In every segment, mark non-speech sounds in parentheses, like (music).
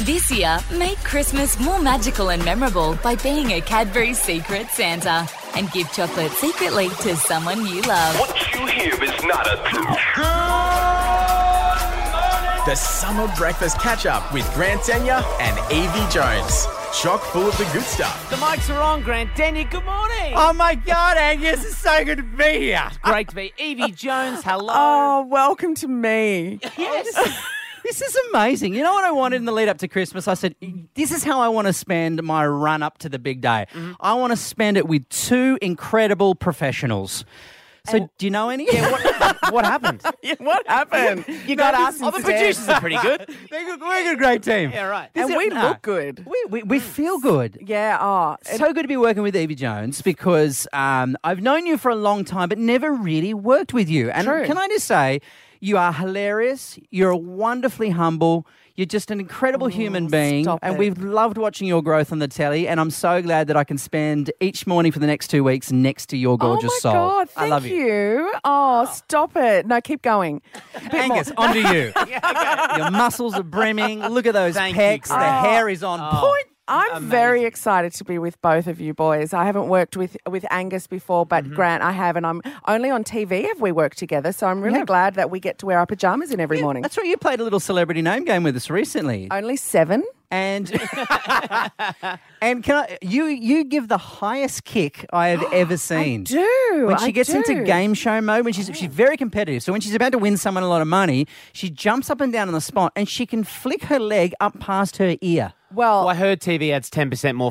This year, make Christmas more magical and memorable by being a Cadbury Secret Santa and give chocolate secretly to someone you love. What you hear is not a truth. The Summer Breakfast Catch Up with Grant Tenya and Evie Jones. Chock full of the good stuff. The mics are on, Grant. Denny, good morning. Oh my God, Angus, it's so good to be here. Great to be. Evie Jones, (laughs) hello. Oh, welcome to Oh. me. yes. This is amazing. You know what I wanted in the lead up to Christmas? I said, this is how I want to spend my run up to the big day. I want to spend it with two incredible professionals. So, do you know any? Yeah, what, (laughs) what happened? what happened? You got us. Oh, the producers are pretty (laughs) good. They're good- We're a great team. Yeah, right. This And is- we no. look good. We, we, we feel good. Yeah, oh, it- so good to be working with Evie Jones because um, I've known you for a long time, but never really worked with you. And True. can I just say, you are hilarious. You're wonderfully humble. You're just an incredible human being. stop And it. we've loved watching your growth on the telly. And I'm so glad that I can spend each morning for the next two weeks next to your oh gorgeous my soul. god, thank I love you. Oh, stop it! No, keep going. Angus, onto (laughs) you. Your muscles are brimming. Look at those Thank you, pecs. the Grant. hair is on Oh. point. I'm very excited to be with both of you boys. I haven't worked with with Angus before, but Grant, I have, and I'm only on TV. Have we worked together? So I'm really glad that we get to wear our pajamas in every morning. That's right. You played a little celebrity name game with us recently. Only seven. (laughs) and (laughs) and can I, you you give the highest kick (gasps) I have ever seen. Do When she I gets into do. game show mode, when she's she's very competitive, so when she's about to win someone a lot of money, she jumps up and down on the spot, and she can flick her leg up past her ear. Well, Well, I heard TV adds 10% more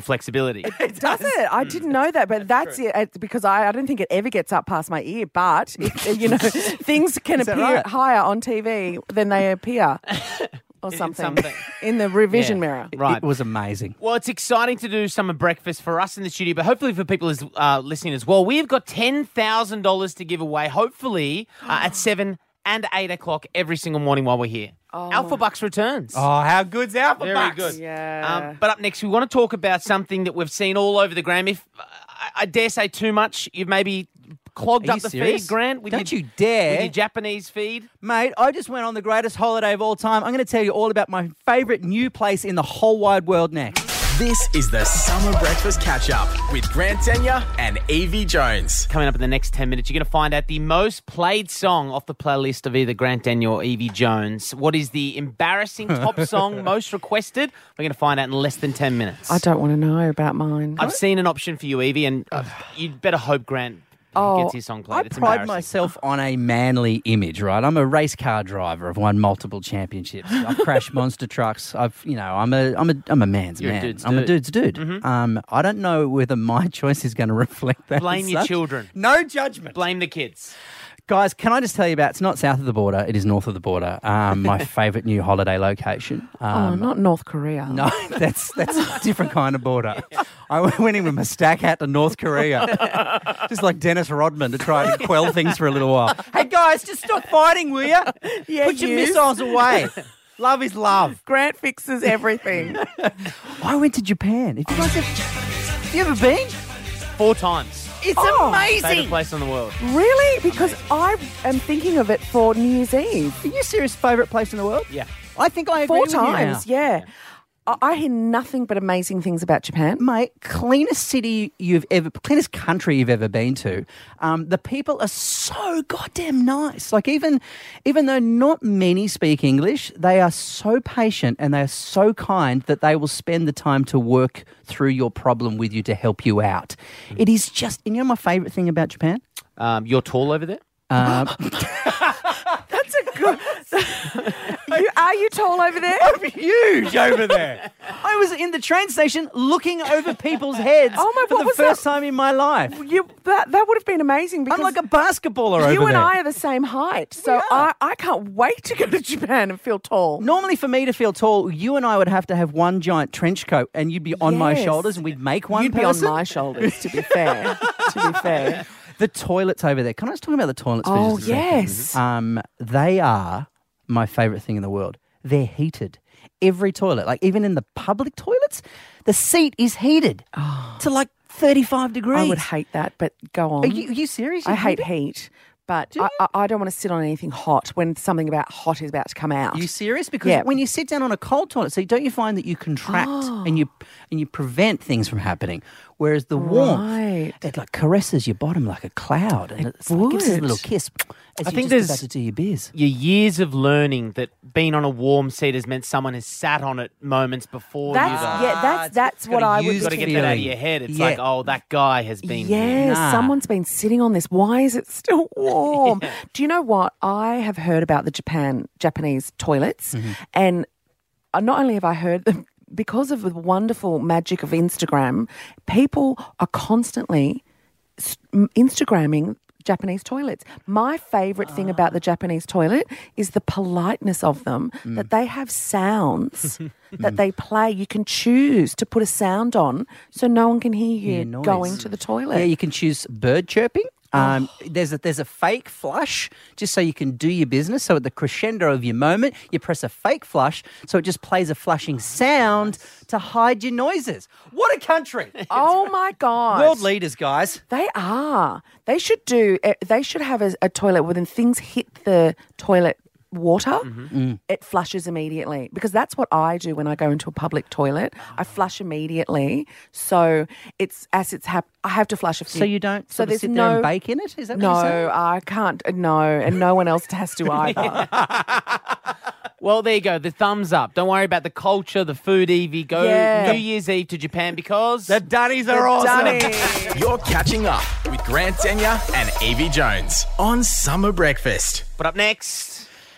(laughs) flexibility. (laughs) does it? Mm. I didn't know that, but that's, it it because I, I don't think it ever gets up past my ear. But (laughs) it, you know, things can Is that appear right? higher on TV than they (laughs) appear, or something, something. in the revision Yeah. mirror. Right. It was amazing. Well, it's exciting to do summer breakfast for us in the studio, but hopefully for people as, uh, listening as well. We've got $10,000 to give away, hopefully uh, (gasps) at 7 and 8 o'clock every single morning while we're here. Oh. Alpha Bucks returns. Oh, how good's Alpha Very Bucks? good. Yeah. Um, but up next, we want to talk about something that we've seen all over the gram. If I, I dare say too much, you've maybe clogged Are up you the serious? feed, Grant. With Don't your, you dare. with your Japanese feed. Mate, I just went on the greatest holiday of all time. I'm going to tell you all about my favorite new place in the whole wide world next. This is the Summer Breakfast Catch Up with Grant Tenya and Evie Jones. Coming up in the next 10 minutes, you're going to find out the most played song off the playlist of either Grant Daniel or Evie Jones. What is the embarrassing top song most requested? We're going to find out in less than 10 minutes. I don't want to know about mine. have seen an option for you, Evie, and uh, you'd better hope Grant Oh, gets his song played. I it's pride embarrassing. myself on a manly image, right? I'm a race car driver. I've won multiple (laughs) championships. I've crashed monster trucks. I've, you know, I'm a, I'm a, I'm a man's You're a man. dude's I'm a dude. Mm-hmm. dude's dude. Um, I don't know whether my (laughs) choice is going to reflect that. Blame as your such. children. No judgment, Blame the kids. guys. Can I just tell you about? It's not south of the border. It is north of the border. Um, (laughs) my favorite new holiday location. Um, oh, not North Korea. no, (laughs) that's that's a different kind of border. I went in with my stack hat to North (laughs) Korea, just like Dennis Rodman to try and quell things for a little while. (laughs) Hey guys, just stop fighting, will you? Yeah, Put your you. missiles away. (laughs) Love is love. Grant fixes everything. I went to Japan. If you guys have, (laughs) you ever been? Four times. It's Oh. Favorite amazing. place in the world. really? Because I am thinking of it for New Year's Eve. Are you serious? Favorite place in the world? Yeah. I think I agree Four with you now. times, yeah. I I hear nothing but amazing things about Japan. (laughs) mate, cleanest city you've ever, cleanest country you've ever been to. Um, the people are so goddamn nice. Like even, even though not many speak English, they are so patient and they are so kind that they will spend the time to work through your problem with you to help you out. It is just, and you know, my favorite thing about Japan. Um, you're tall over there? Uh, That's a good. you, are you tall over (laughs) there? huge over there. (laughs) I was in the train station looking over people's heads Oh my, for what the was that? first time in my life. You that that would have been amazing because I'm like a basketballer over there. you and I are the same height, so I, I can't wait to go to Japan and feel tall. Normally, for me to feel tall, you and I would have to have one giant trench coat, and you'd be on my Yes. shoulders, and we'd make one You'd be on person. my shoulders, to be fair. to be (laughs) fair, the toilets over there. Can I just talk about the toilets? for Oh, just a second? yes. Um, they are my favorite thing in the world. They're heated. Every toilet, like even in the public toilets, the seat is heated to like 35 degrees. I would Oh. hate that, but go on. Are you, are you serious? You I hate it? heat, but I, I, I don't want to sit on anything hot when something about hot is about to come out. Are you serious? Because Yeah. when you sit down on a cold toilet seat, don't you find that you contract and you and you prevent things from happening? Whereas the Right. warmth, it like caresses your bottom like a cloud, and it like gives us a would. little kiss. As I you just think there's- about to do your biz. Your years of learning that being on a warm seat has meant someone has sat on it moments before That's you. yeah. That's that's what gotta I use would You've got to it's get a that out of feeling. your head. It's Yeah. like, oh, that guy has been here. Yeah, Nah. someone's been sitting on this. Why is it still warm? Do you know what? I have heard about the Japan Japanese toilets and uh, not only have I heard them because of the wonderful magic of Instagram, people are constantly s- m- Instagramming Japanese toilets. My favorite thing about the Japanese toilet is the politeness of them, that they have sounds that they play. You can choose to put a sound on so no one can hear you noise. going to the toilet. Yeah, you can choose bird chirping. Um, There's a there's a fake flush just so you can do your business. So at the crescendo of your moment, you press a fake flush, so it just plays a flushing sound to hide your noises. What a country! oh my God. (laughs) World leaders, guys. They are. They should do. eh, They should have a, a toilet where when things hit the toilet water, Mm-hmm. Mm. it flushes immediately because that's what I do when I go into a public toilet. I Ah. flush immediately, so it's as it's hap- I have to flush a few. So you don't So sort of there's sit no there and bake in it? Is that what you're saying? No, I can't. eh, No, and no one else has (laughs) to either. Well, there you go. The thumbs up. Don't worry about the culture, the food, Evie. Go Yeah. New Year's Eve to Japan because Dunnies are Dunny. You're catching up with Grant Tenya and Evie Jones on Summer Breakfast. But up next,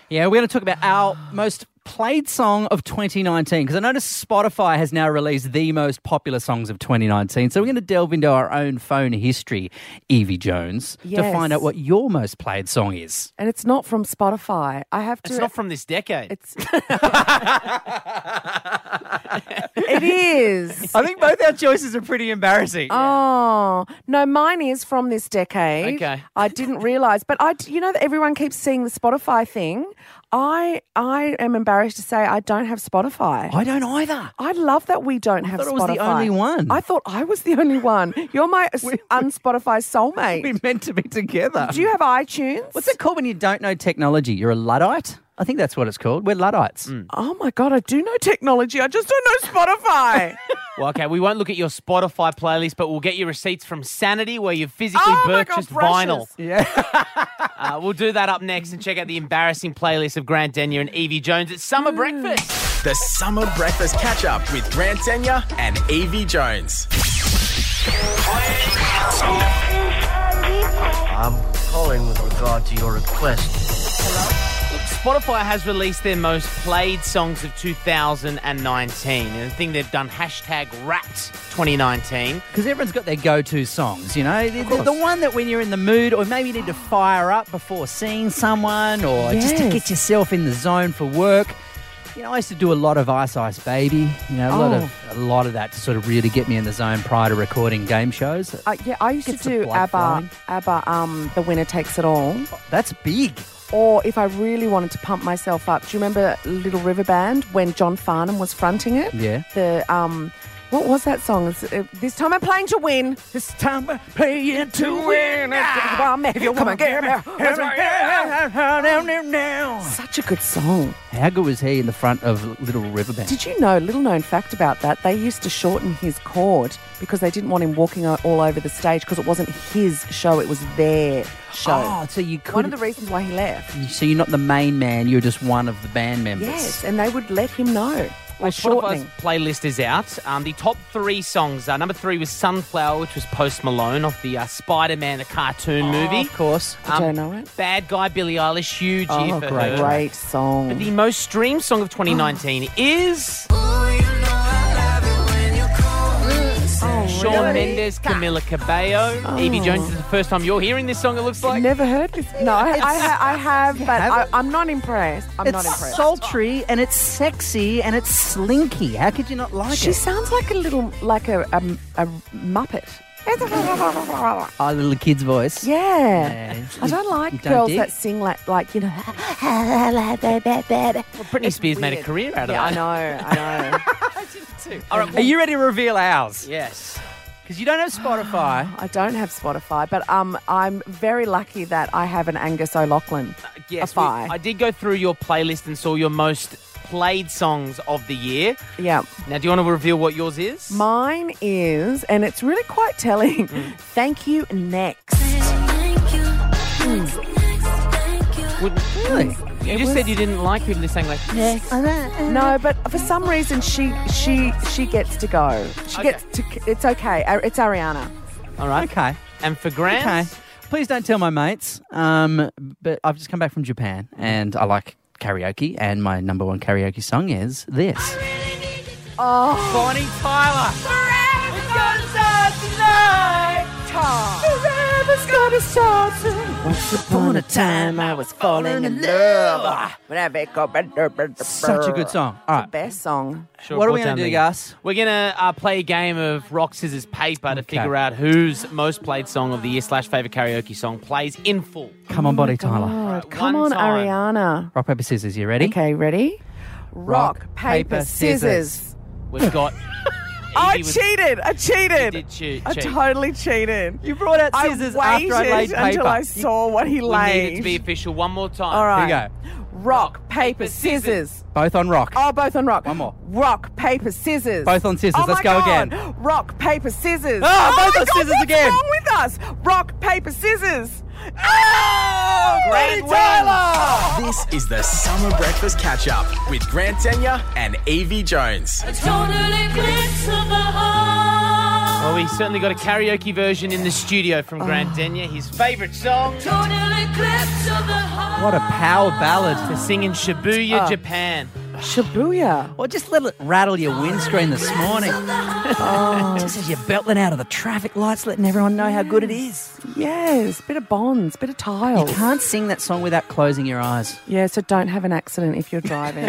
Yeah, we're going to talk about our most played song of 2019 because I noticed Spotify has now released the most popular songs of 2019. So we're going to delve into our own phone history, Evie Jones, to Yes. find out what your most played song is. and it's not from Spotify. I have to. it's not from this decade. it's. (laughs) it is. I think both our choices are pretty embarrassing. Oh no, mine is from this decade. Okay. I didn't realize, but I, you know, that everyone keeps seeing the Spotify thing. I, I am embarrassed to say I don't have Spotify. I, I don't either. love that we don't have thought I was Spotify. the only one. I thought I was the only one. You're my (laughs) s- unspotify We're soulmate. meant to be together. Do you have iTunes? What's it called when you don't know technology? You're a Luddite? I think that's what it's called. We're Luddites. Oh my god, I do know technology. I just don't know (laughs) Spotify. well, okay, we won't look at your Spotify playlist, but we'll get your receipts from Sanity where you physically oh my god, purchased vinyl. precious. Uh, we'll do that up next and check out the embarrassing playlist of Grant Denyer and Evie Jones at Summer Mm. Breakfast. The Summer Breakfast Catch Up with Grant Tenya and Evie Jones. I'm calling with regard to your request. Spotify has released their most played songs of 2019. And the thing they've done, hashtag Wrapped 2019. Because everyone's got their go-to songs, you know. The, the, the one that when you're in the mood, or maybe you need to fire up before seeing someone, or just to get Yes. yourself in the zone for work. You know, I used to do a lot of Ice Ice Baby. You know, a lot of a lot of that to sort of really get me in the zone prior to recording game shows. Uh, yeah, I used Gets to the do blood ABBA, flowing. ABBA, um, The Winner Takes It All. That's big. or if I really wanted to pump myself up. Do you remember Little River Band when John Farnham was fronting it? Yeah. The um, what was that song? It's, uh, this time I'm playing to win. This time we're playing to win. If you come and get me, what's my- Such a good song. How good was he in the front of Little River Band? Did you know? Little known fact about that. They used to shorten his chord because they didn't want him walking o- all over the stage because it wasn't his show; it was their show. Oh, so you could. One of the reasons why he left. so you're not the main man. You're just one of the band members. Yes, and they would let him know. Well, By Spotify's shortening. playlist is out. Um, the top three songs are number three was Sunflower, which was Post Malone off the uh, Spider Man, the Oh, cartoon movie. Um, of course. I don't know it. Bad Guy, Billie Eilish, huge year Oh, for great, her. Great song. The most streamed song (gasps) of 2019 is Oh, Shawn Mendes, Camila Cabello, Evie Jones. This is the first time you're hearing this song. It looks like. Oh. Never heard this. No, I, I, ha- I have, but I, haven't? I'm not impressed. I'm not It's impressed. sultry and it's sexy and it's slinky. How could you not like she it? sounds like a little, like a, a, a muppet. yeah. Our Oh, little kid's voice. I don't like you don't girls dig? that sing like, like you know. Britney Spears made a career out of yeah, that. I know, I know. Are you ready to reveal ours? Yes. Because you don't (sighs) have Spotify. I don't have Spotify, but um, I'm very lucky that I have an Angus O'Loughlin. Yes, a we- fi. I did go through your playlist and saw your most played songs of the year. yeah. Now, do you want to reveal what yours is? Mine is, and it's really quite telling. Thank you, next. Would- Really? You just said you didn't like people just saying like, No, but for some reason she she she gets to go. She Okay. gets to. It's okay. Ar- It's Ariana. all right. Okay. And for Grant, Okay. Please don't tell my mates. Um, but I've just come back from Japan and I like karaoke, and my number one karaoke song is this. Bonnie Tyler. Once upon a time, I was falling in love. Such a good song. All right. Best song. Sure, What are we we'll going down to do, there. Gus? We're going to uh, play a game of rock, scissors, paper to figure out whose most played song of the year slash favourite karaoke song plays in full. Come on, Oh Body Tyler. Right, Come one on, time. Ariana. Rock, paper, scissors. You ready? Okay, ready? Rock, paper, paper, scissors. scissors. We've got. (laughs) I Evie was- cheated. I cheated. You did cheat- I cheat. totally cheated. You brought out I scissors after I laid waited paper. until I saw what he We need it to laid. be official one more time. All right. Here you Rock, paper, scissors. Both on rock. Oh, both on rock. One more. Rock, paper, scissors. Both on scissors. Oh Let's my go God. again. Rock, paper, scissors. Oh Ah, both my on God, scissors what's again. wrong with us? Rock, paper, scissors. Oh, Grant Bonnie Tyler. This is the Summer Breakfast Catch Up with Grant Tenya and Evie Jones. Well, we certainly got a karaoke version in the studio from Oh. Grant Denyer. His favourite song What a power ballad. to sing in Shibuya, Oh. Japan. Shibuya. Or just let it rattle your windscreen this (laughs) morning. Just as you're belting out of the traffic lights, letting everyone know how good it is. Yes, bit of bonds, bit of tiles. You can't sing that song without closing your eyes. Yeah, so don't have an accident if you're (laughs) driving.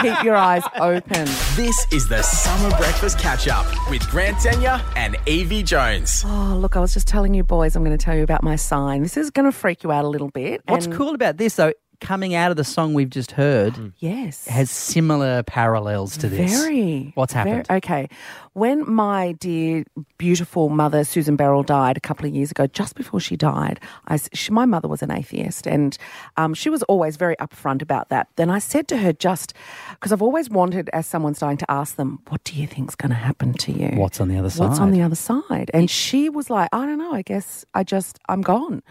Keep your eyes open. This is the Summer Breakfast Catch Up with Grant Tenya and Evie Jones. Oh, look, I was just telling you boys, I'm going to tell you about my sign. This is going to freak you out a little bit. What's and- cool about this, though, coming out of the song we've just heard, Yes. has similar parallels to this. Very. What's very- happened? okay. When my dear, beautiful mother, Susan Beryl, died a couple of years ago, just before she died, I s she, my mother was an atheist and um, she was always very upfront about that. Then I said to her, just because I've always wanted, as someone's dying, to ask them, what do you think's going to happen to you? What's on the other What's on side? the other side? And she was like, I don't know. I guess I just, I'm gone.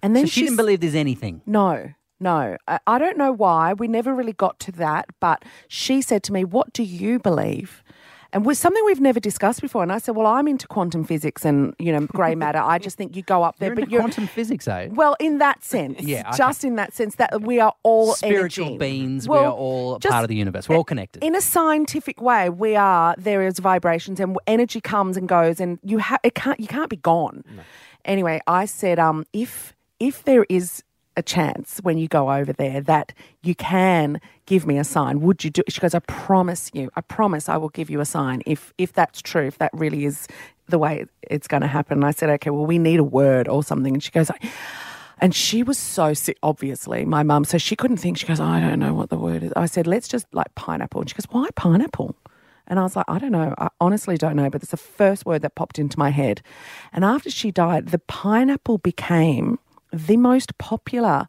And then So she she's- didn't believe there's anything. no, no. I, I don't know why. We never really got to that. But she said to me, What do you believe? And was something we've never discussed before. And I said, Well, I'm into quantum physics and, you know, (laughs) grey matter. I just think you go up there, You're but into you're. quantum physics, eh? well, in that sense, (laughs) Yeah, okay. just in that sense that we are all Spiritual energy. beings, we Well, are all just- part of the universe. We're all connected. in a scientific way, we are there is vibrations and energy comes and goes, and you ha- it can't you can't be gone. Anyway, I said, um, if if there is a chance when you go over there that you can give me a sign, would you do? it? She goes, I promise you, I promise, I will give you a sign if if that's true, if that really is the way it's going to happen. And I said, okay, well, we need a word or something, and she goes. like and she was so sick, obviously, my mum. So she couldn't think. She goes, I don't know what the word is. I said, let's just like pineapple. And she goes, why pineapple? And I was like, I don't know. I honestly don't know. But it's the first word that popped into my head. And after she died, the pineapple became the most popular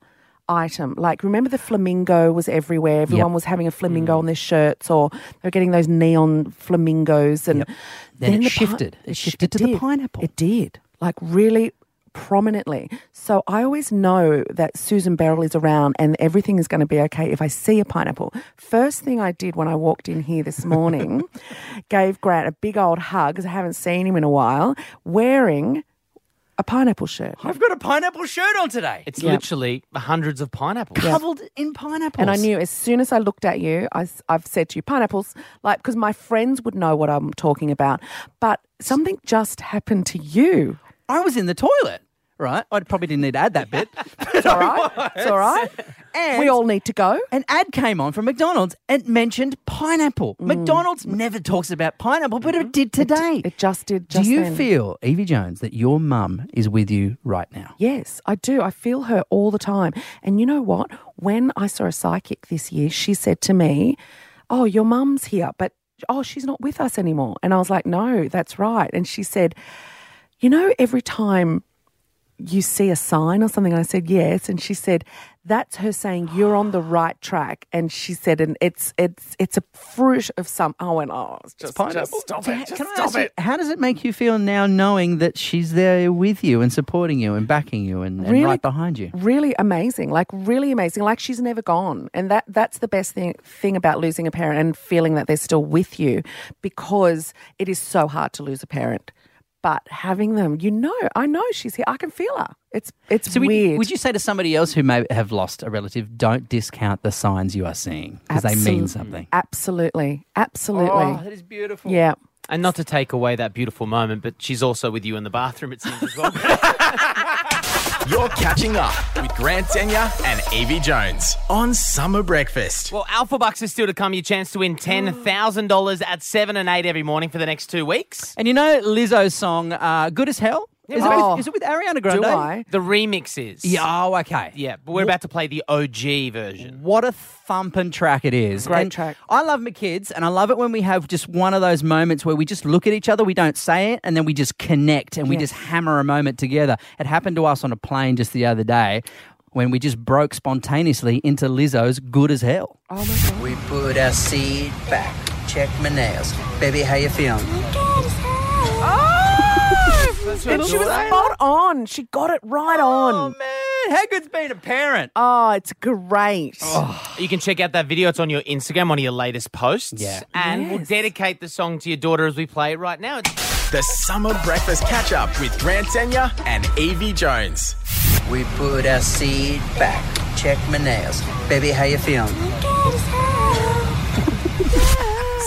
item. Like, remember the flamingo was everywhere. Everyone was having a Mm. flamingo on their shirts, or they were getting those neon flamingos. And Then it the pi- shifted. It sh- shifted to the did. pineapple. It did, like really prominently. So I always know that Susan Beryl is around and everything is going to be okay if I see a pineapple. First thing I did when I walked in here this morning, gave Grant a big old hug because I haven't seen him in a while, wearing a pineapple shirt. I've got a pineapple shirt on today. It's It's literally hundreds of pineapples. covered in pineapples. And I knew as soon as I looked at you, I, have said to you, pineapples, like, because my friends would know what I'm talking about. But something just happened to you. I was in the toilet, right? I probably didn't need to add that (laughs) bit. It's all right. It's all right. And we all need to go. an ad came on from McDonald's and mentioned pineapple. McDonald's never talks about pineapple, but it did today. Mm. Mm-hmm. It just did. Do just you then. feel, Evie Jones, that your mum is with you right now? Yes, I do. I feel her all the time. And you know what? When I saw a psychic this year, she said to me, Oh, your mum's here, but oh, she's not with us anymore. And I was like, no, that's right. And she said, you know, every time you see a sign or something, and I said, yes. And she said, that's her saying you're on the right track. And she said, and it's it's it's a fruit of some. I went, oh, it's just, just stop Can it, just I ask stop you, it. how does it make you feel now knowing that she's there with you and supporting you and backing you and, and right behind you? Really amazing, like really amazing. Like she's never gone, and that that's the best thing thing about losing a parent and feeling that they're still with you, because it is so hard to lose a parent. But having them, you know, I know she's here. I can feel her. It's it's So would, weird. would you say to somebody else who may have lost a relative, don't discount the signs you are seeing because they mean Absolute- something? Absolutely, absolutely. is beautiful. yeah. And not to take away that beautiful moment, but she's also with you in the bathroom, it seems as well. (laughs) You're catching up with Grant Senya and Evie Jones on Summer Breakfast. well, Alpha Bucks is still to come. Your chance to win $10,000 at 7 and 8 every morning for the next two weeks. And you know Lizzo's song, uh, Good as Hell? Is, it Oh. with, is it with Ariana Grande? Do I? The remix is. Yeah, oh, okay. Yeah, but we're about to play the OG version. What a thumping track it is. Great And track. I love my kids, and I love it when we have just one of those moments where we just look at each other, we don't say it, and then we just connect and we just hammer a moment together. It happened to us on a plane just the other day when we just broke spontaneously into Lizzo's Good as Hell. We put our Oh. seed back. Check my nails. Baby, how you feeling? And she was spot on. She got it right on. Oh, man, how good's being a parent? Oh, Oh, it's great. You can check out that video. It's on your Instagram, one of your latest posts. Yeah. And we'll Yes. dedicate the song to your daughter as we play it right now. It's The Summer Breakfast Catch Up with Grant Senya and Evie Jones. We put our seed back. Check my nails. Baby, how you feeling?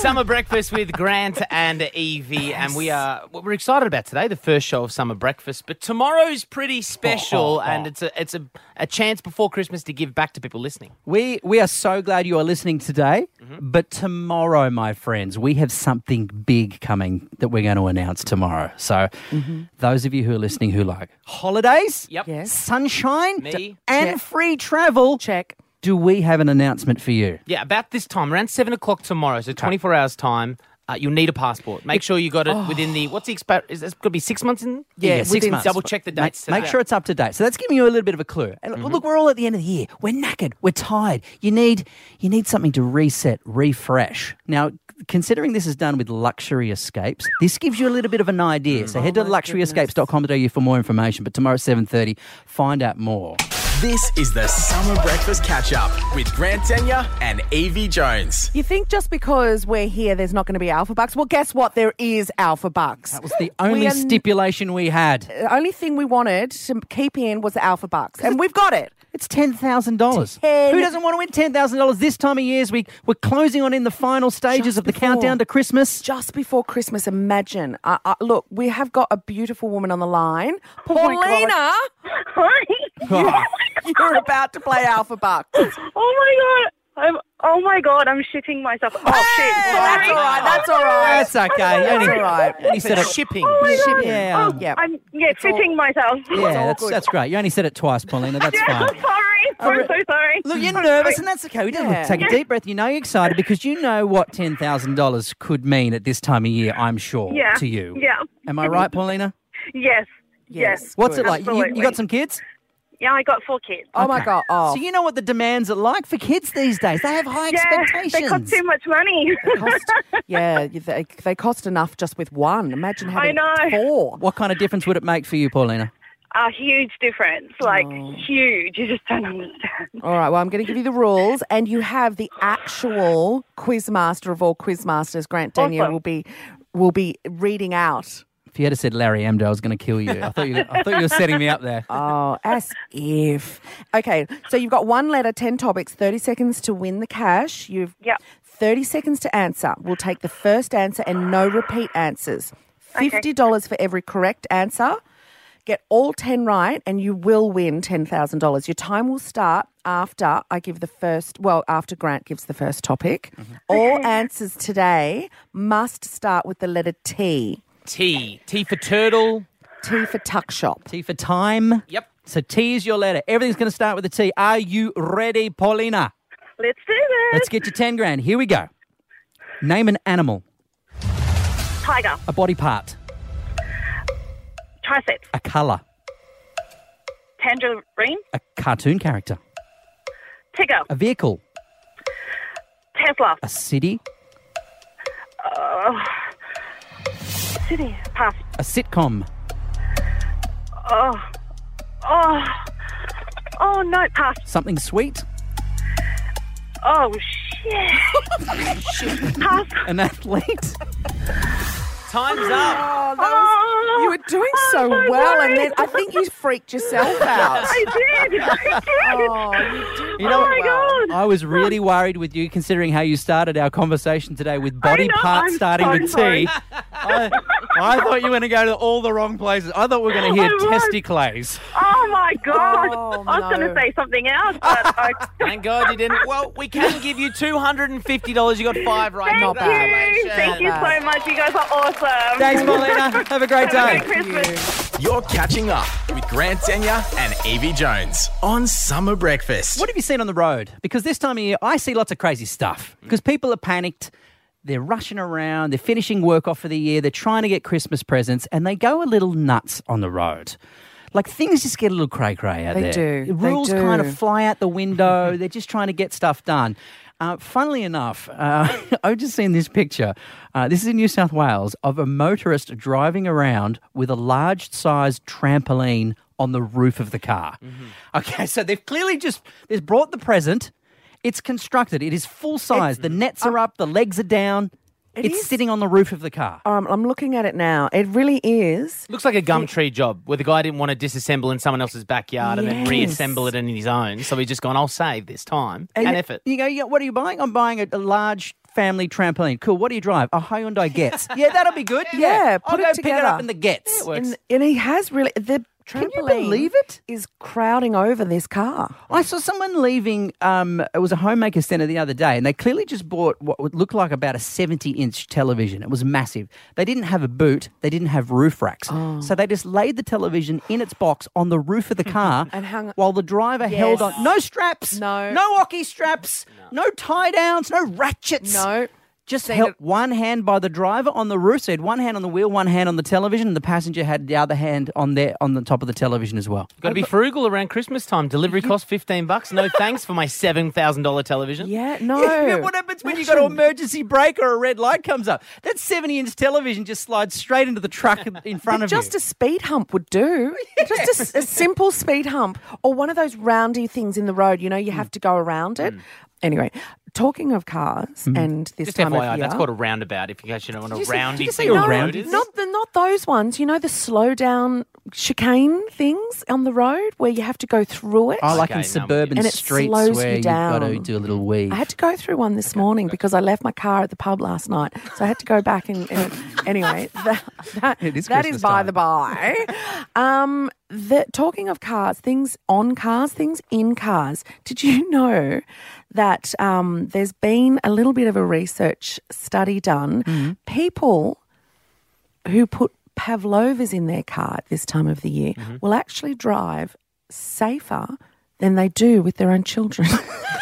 Summer Breakfast with Grant and Evie. And we are well, we're excited about today, the first show of Summer Breakfast. But tomorrow's pretty special and it's a it's a, a chance before Christmas to give back to people listening. We we are so glad you are listening today. Mm-hmm. But tomorrow, my friends, we have something big coming that we're going to announce tomorrow. So, those of you who are listening who like holidays, Mm-hmm. Yep. Yes. sunshine, Me. d- and Check. free travel, Check. do we have an announcement for you? Yeah, about this time, around seven o'clock tomorrow, so twenty four hours time. Uh, you'll need a passport. Make sure you got it Oh. within the what's the expi- is this going to be six months in? six months. Double check the dates. Make, make today. sure it's up to date. So that's giving you a little bit of a clue. And Mm-hmm. look, we're all at the end of the year. We're knackered. We're tired. You need you need something to reset, refresh. Now, considering this is done with Luxury Escapes, this gives you a little bit of an idea. Mm-hmm. So head to Oh luxuryescapes.com.au for more information. But tomorrow at seven thirty, find out more. This is the Summer Breakfast Catch Up with Grant Senya and Evie Jones. You think just because we're here, there's not going to be alpha bucks? Well, guess what? There is alpha bucks. That was (gasps) the only are n- stipulation we had. The only thing we wanted to keep in was the alpha bucks, and we've got it. It's ten thousand dollars. Ten- Who doesn't want to win ten thousand dollars this time of year? As we we're closing on in the final stages Just of the before. countdown to Christmas. Just before Christmas, imagine. I I look, we have got a beautiful woman on the line, Oh Paulina. Hi. (laughs) (laughs) You're about to play alpha bucks. Oh my god. I'm, oh my god, I'm shitting myself. Oh shit. that's Sorry. all right. That's all right. That's okay. Only- all right. only said it- shipping. Oh Oh Yeah. Yeah. I'm yeah, all- shitting myself. Yeah, all that's, good. that's great. You only said it twice, (laughs) Paulina. That's yeah, fine. (laughs) sorry. I'm re- so sorry. Look, you're nervous, and that's okay. We didn't Yeah. take a deep breath. You know you're excited because you know what ten thousand dollars could mean at this time of year. I'm sure Yeah. to you. Yeah. Am I right, Paulina? Yes. Yes. Yes. What's Good. it like? You, you Absolutely. got some kids? Yeah, I got four kids. Oh my Okay. god. Oh, So you know what the demands are like for kids these days. They have high yeah, they cost expectations. too much money. (laughs) cost, yeah, you- they, they cost enough just with one. Imagine I having know. four. what kind of difference would it make for you, Paulina? A huge difference. Like Oh. huge. You just don't understand. All right, well, I'm going to give you the rules, and you have the actual quizmaster of all quizmasters, Grant Denier, Awesome. will be will be reading out. If you had said Larry Emdo, I was going to kill you. I thought you, I thought you were setting me up there. (laughs) Uh. Oh, as if. Okay, so you've got one letter, ten topics, thirty seconds to win the cash. You've Yep. thirty seconds to answer. We'll take the first answer and no repeat answers. Fifty dollars for every correct answer. Get all ten right, and you will win ten thousand dollars. Your time will start after I give the first. Well, after Grant gives the first topic. All answers today must start with the letter T. T. T for turtle. T for tuck shop. T for time. Yep. So T is your letter. Everything's going to start with a T. Are you ready, Paulina? Let's do this. Let's get you 10 grand. Here we go. Name an animal, Tiger. a body part, Triceps. a colour, Tangerine. a cartoon character, Tigger. a vehicle, Tesla. a city, City. Pass. a sitcom, Oh. Oh, no. Pass. something sweet, Oh, shit. Pass. an (laughs) athlete. Time's up. Oh, that was, you were doing Oh, so I'm so well, and then worried. I think you freaked (laughs) yourself out. I did. I did. oh, you did You know well. what? God. I was really worried with you considering how you started our conversation today with body know, parts I'm starting so with sorry. T. I, I thought you were going to go to all the wrong places. I thought we were going to hear I was. testicles. Oh, my God. Oh, I was no. going to say something else, but I. Thank God you didn't. Well, we can give you two hundred and fifty dollars. You got five right. Thank now. Not bad. you. Thank you so much. You guys are awesome. Thanks, Molina. Have a great Have a day. great Christmas. You're catching up with Grant Senya and Evie Jones on Summer Breakfast. What have you seen on the road? Because this time of year, I see lots of crazy stuff. Because people are panicked, they're rushing around, they're finishing work off for the year, they're trying to get Christmas presents, and they go a little nuts on the road. Like things just get a little cray cray out They do. there. The They rules kind do. of fly out (laughs) the window. they're just trying to get stuff done. Uh, funnily enough, uh, (laughs) I've just seen this picture. Uh, this is in New South Wales of a motorist driving around with a large sized trampoline on the roof of the car. Mm-hmm. Okay, so they've clearly just they've brought the present. It's constructed. It is full size. the nets are up. The legs are down. it's is- sitting on the roof of the car. Um, I'm looking at it now. It really is. Looks like a gum tree job where the guy didn't want to disassemble in someone else's backyard and then Yes. reassemble it in his own. So he's just gone, I'll save this time and, you- effort. You go, yeah, what are you buying? I'm buying a, a large family trampoline. Cool. What do you drive? A Hyundai Getz. yeah, that'll be good. Yeah, I'll put go it pick it up together. in the Getz. works. And, and he has really the trampoline. you believe it? Is crowding over this car. I saw someone leaving. Um, it was a homemaker center the other day, and they clearly just bought what would look like about a seventy-inch television. It was massive. They didn't have a boot. They didn't have roof racks, so they just laid the television in its box on the roof of the car, And hung- while the driver held on. No straps. No. No hockey straps. No, tie downs. No ratchets. No. Just held one hand by the driver on the roof. So he had one hand on the wheel, one hand on the television, and the passenger had the other hand on their on the top of the television as well. Got to be frugal around Christmas time. Delivery cost 15 bucks. No thanks for my $7,000 television. (laughs) (laughs) Yeah, no. Yeah, what happens when you got an emergency brake or a red light comes up? That 70 inch television just slides straight into the truck in- in front of Just you. a speed hump would do. (laughs) Just a s- a, simple speed hump or one of those roundy things in the road. You know, you have to go around it. Anyway, talking of cars and this Just time of FYI, year, that's called a roundabout if you guys don't want a you say- roundy did you say thing. a on the road round? is. not the not those ones. You know, the slow down chicane things on the road where you have to go through it. I like Okay, in no, suburban and it streets slows you where you've got to down. do a little wee. I had to go through one this morning because I left my car at the pub last night. So I had to go back and, (laughs) and- anyway, (laughs) that, that, It is that Christmas is by time. the by. Um, the, talking of cars, things on cars, things in cars. Did you (laughs) know that um, there's been a little bit of a research study done? Mm-hmm. People who put pavlovas in their car at this time of the year will actually drive safer than they do with their own children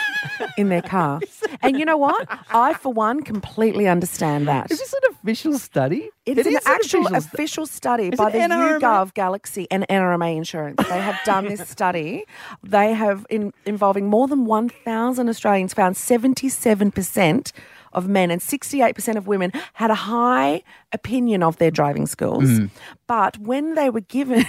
(laughs) in their car. and you know what? I, for one, completely understand that. Is this an official study? It's It an is actual official stu- official study Is by it the NRMA? YouGov Galaxy and NRMA Insurance. They have done (laughs) this study. They have in, involving more than 1,000 Australians found 77% of men and 68% of women had a high opinion of their driving skills. Mm. But when they were (laughs) given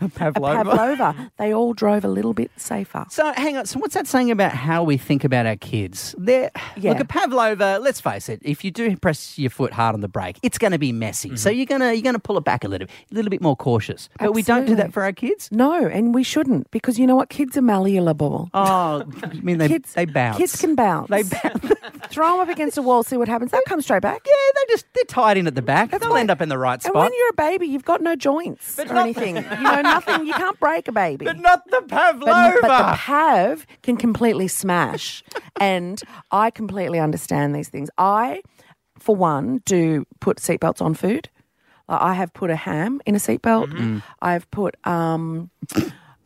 a Pavlova. Pavlova, (laughs) they all drove a little bit safer. So hang on. So what's that saying about how we think about our kids? They're, Yeah. Look, a pavlova. Let's face it. If you do press your foot hard on the brake, it's going to be messy. So Mm-hmm. you're gonna you're gonna pull it back a little, a little bit more cautious. But we don't do that Absolutely. for our kids. No, and we shouldn't because you know what? Kids are malleable. Oh, I mean they kids, they bounce. Kids can bounce. They bounce. (laughs) Throw them up against a wall, see what happens. They'll come straight back. Yeah, they just they're tied in at the back. They'll why- end up in the right And spot. when you're a baby, you've got no joints or (laughs) anything. You know, nothing. You can't break a baby. But not the But, pavlova. but the PAV can completely (laughs) smash. and I completely understand these things. I, for one, do put seatbelts on food. Like, I have put a ham in a seatbelt. I've put, um,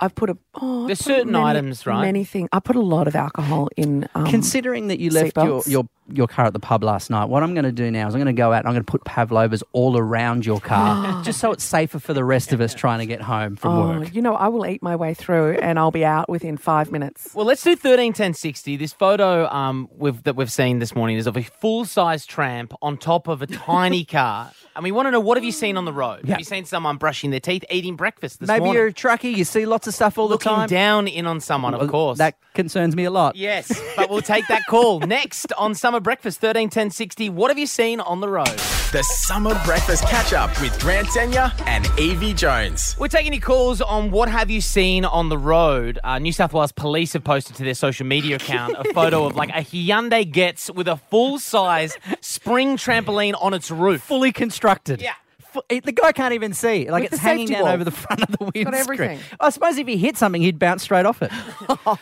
I've put a. Oh, I've There's put certain many- items, right? Many things. I put a lot of alcohol in. Um, Considering that you left your, seatbelts. your, your car at the pub last night, what I'm going to do now is I'm going to go out and I'm going to put pavlovas all around your (gasps) car just so it's safer for the rest of us trying to get home from Oh, work. you know, I will eat my way through, and I'll be out within five minutes. Well, let's do thirteen ten sixty. This photo um, we've, that we've seen this morning is of a full size tramp on top (laughs) of a tiny car, and we want to know what have you seen on the road? Yeah. Have you seen someone brushing their teeth, eating breakfast this Maybe morning? you're a truckie, you see lots of stuff all looking the time. down in on someone, of Well, course. That concerns me a lot. Yes, but we'll take that call (laughs) next on Summer Breakfast thirteen ten sixty. What have you seen on the road? The Summer Breakfast Catch Up with Grant Senya and Evie Jones. We're taking your calls on what have you seen on the road. Uh, New South Wales police have posted to their social media account a photo of like a Hyundai Gets with a full size spring trampoline on its roof. Fully constructed. Yeah. Fu- it- The guy can't even see. Like With it's the hanging safety down wall. over the front of the windscreen. everything. I suppose if he hit something, he'd bounce straight off it.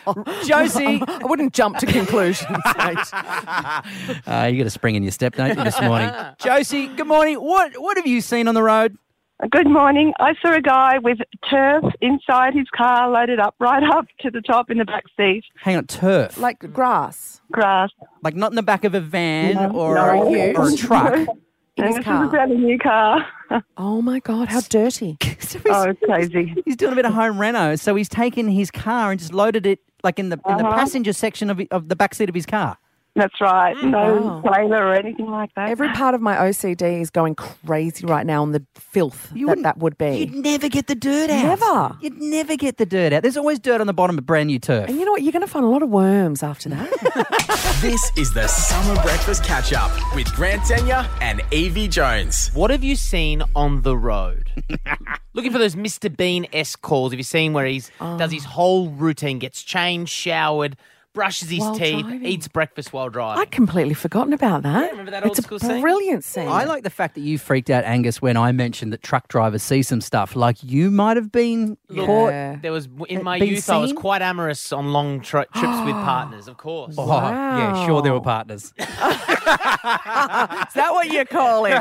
(laughs) Josie, I wouldn't jump to (laughs) conclusions. mate. uh, you got a spring in your step, don't you, this morning? (laughs) Josie, good morning. What what have you seen on the road? Good morning. I saw a guy with turf inside his car, loaded up right (laughs) up to the top in the back seat. Hang on, turf. Like, like Mm. grass. Grass. like not in the back of a van or, no. or, a- or a truck. In and his this car. is a brand new car. (laughs) Oh my god, how dirty! (laughs) So he's, oh, it's crazy. he's doing a bit of home reno, so he's taken his car and just loaded it like in the in Uh-huh. the passenger section of, of the back seat of his car. That's right. No Mm, Wow. trailer or anything like that. (laughs) Every part of my OCD is going crazy right now on the filth that wouldn't- that would You'd be. never get the dirt out. Never. You'd never get the dirt out. There's always dirt on the bottom of brand new turf. And you know what? You're going to find a lot of worms after that. (laughs) This is the Summer Breakfast Catch Up with Grant Senya and Evie Jones. What have you seen on the road? (laughs) Looking for those Mr. Bean S calls. Have you seen where he's Oh. does his whole routine, gets changed, showered, brushes his While teeth, driving. eats breakfast while driving? I'd completely forgotten about that. remember that old it's school a saying? brilliant scene. I like the fact that you freaked out, Angus, when I mentioned that truck drivers see some stuff like you might have been caught. Yeah. There was in Uh, my been youth, I was seen? quite amorous on long tri- trips (gasps) with partners, of course. Oh, yeah, sure, they were Wow. partners. is that what you're (laughs) calling?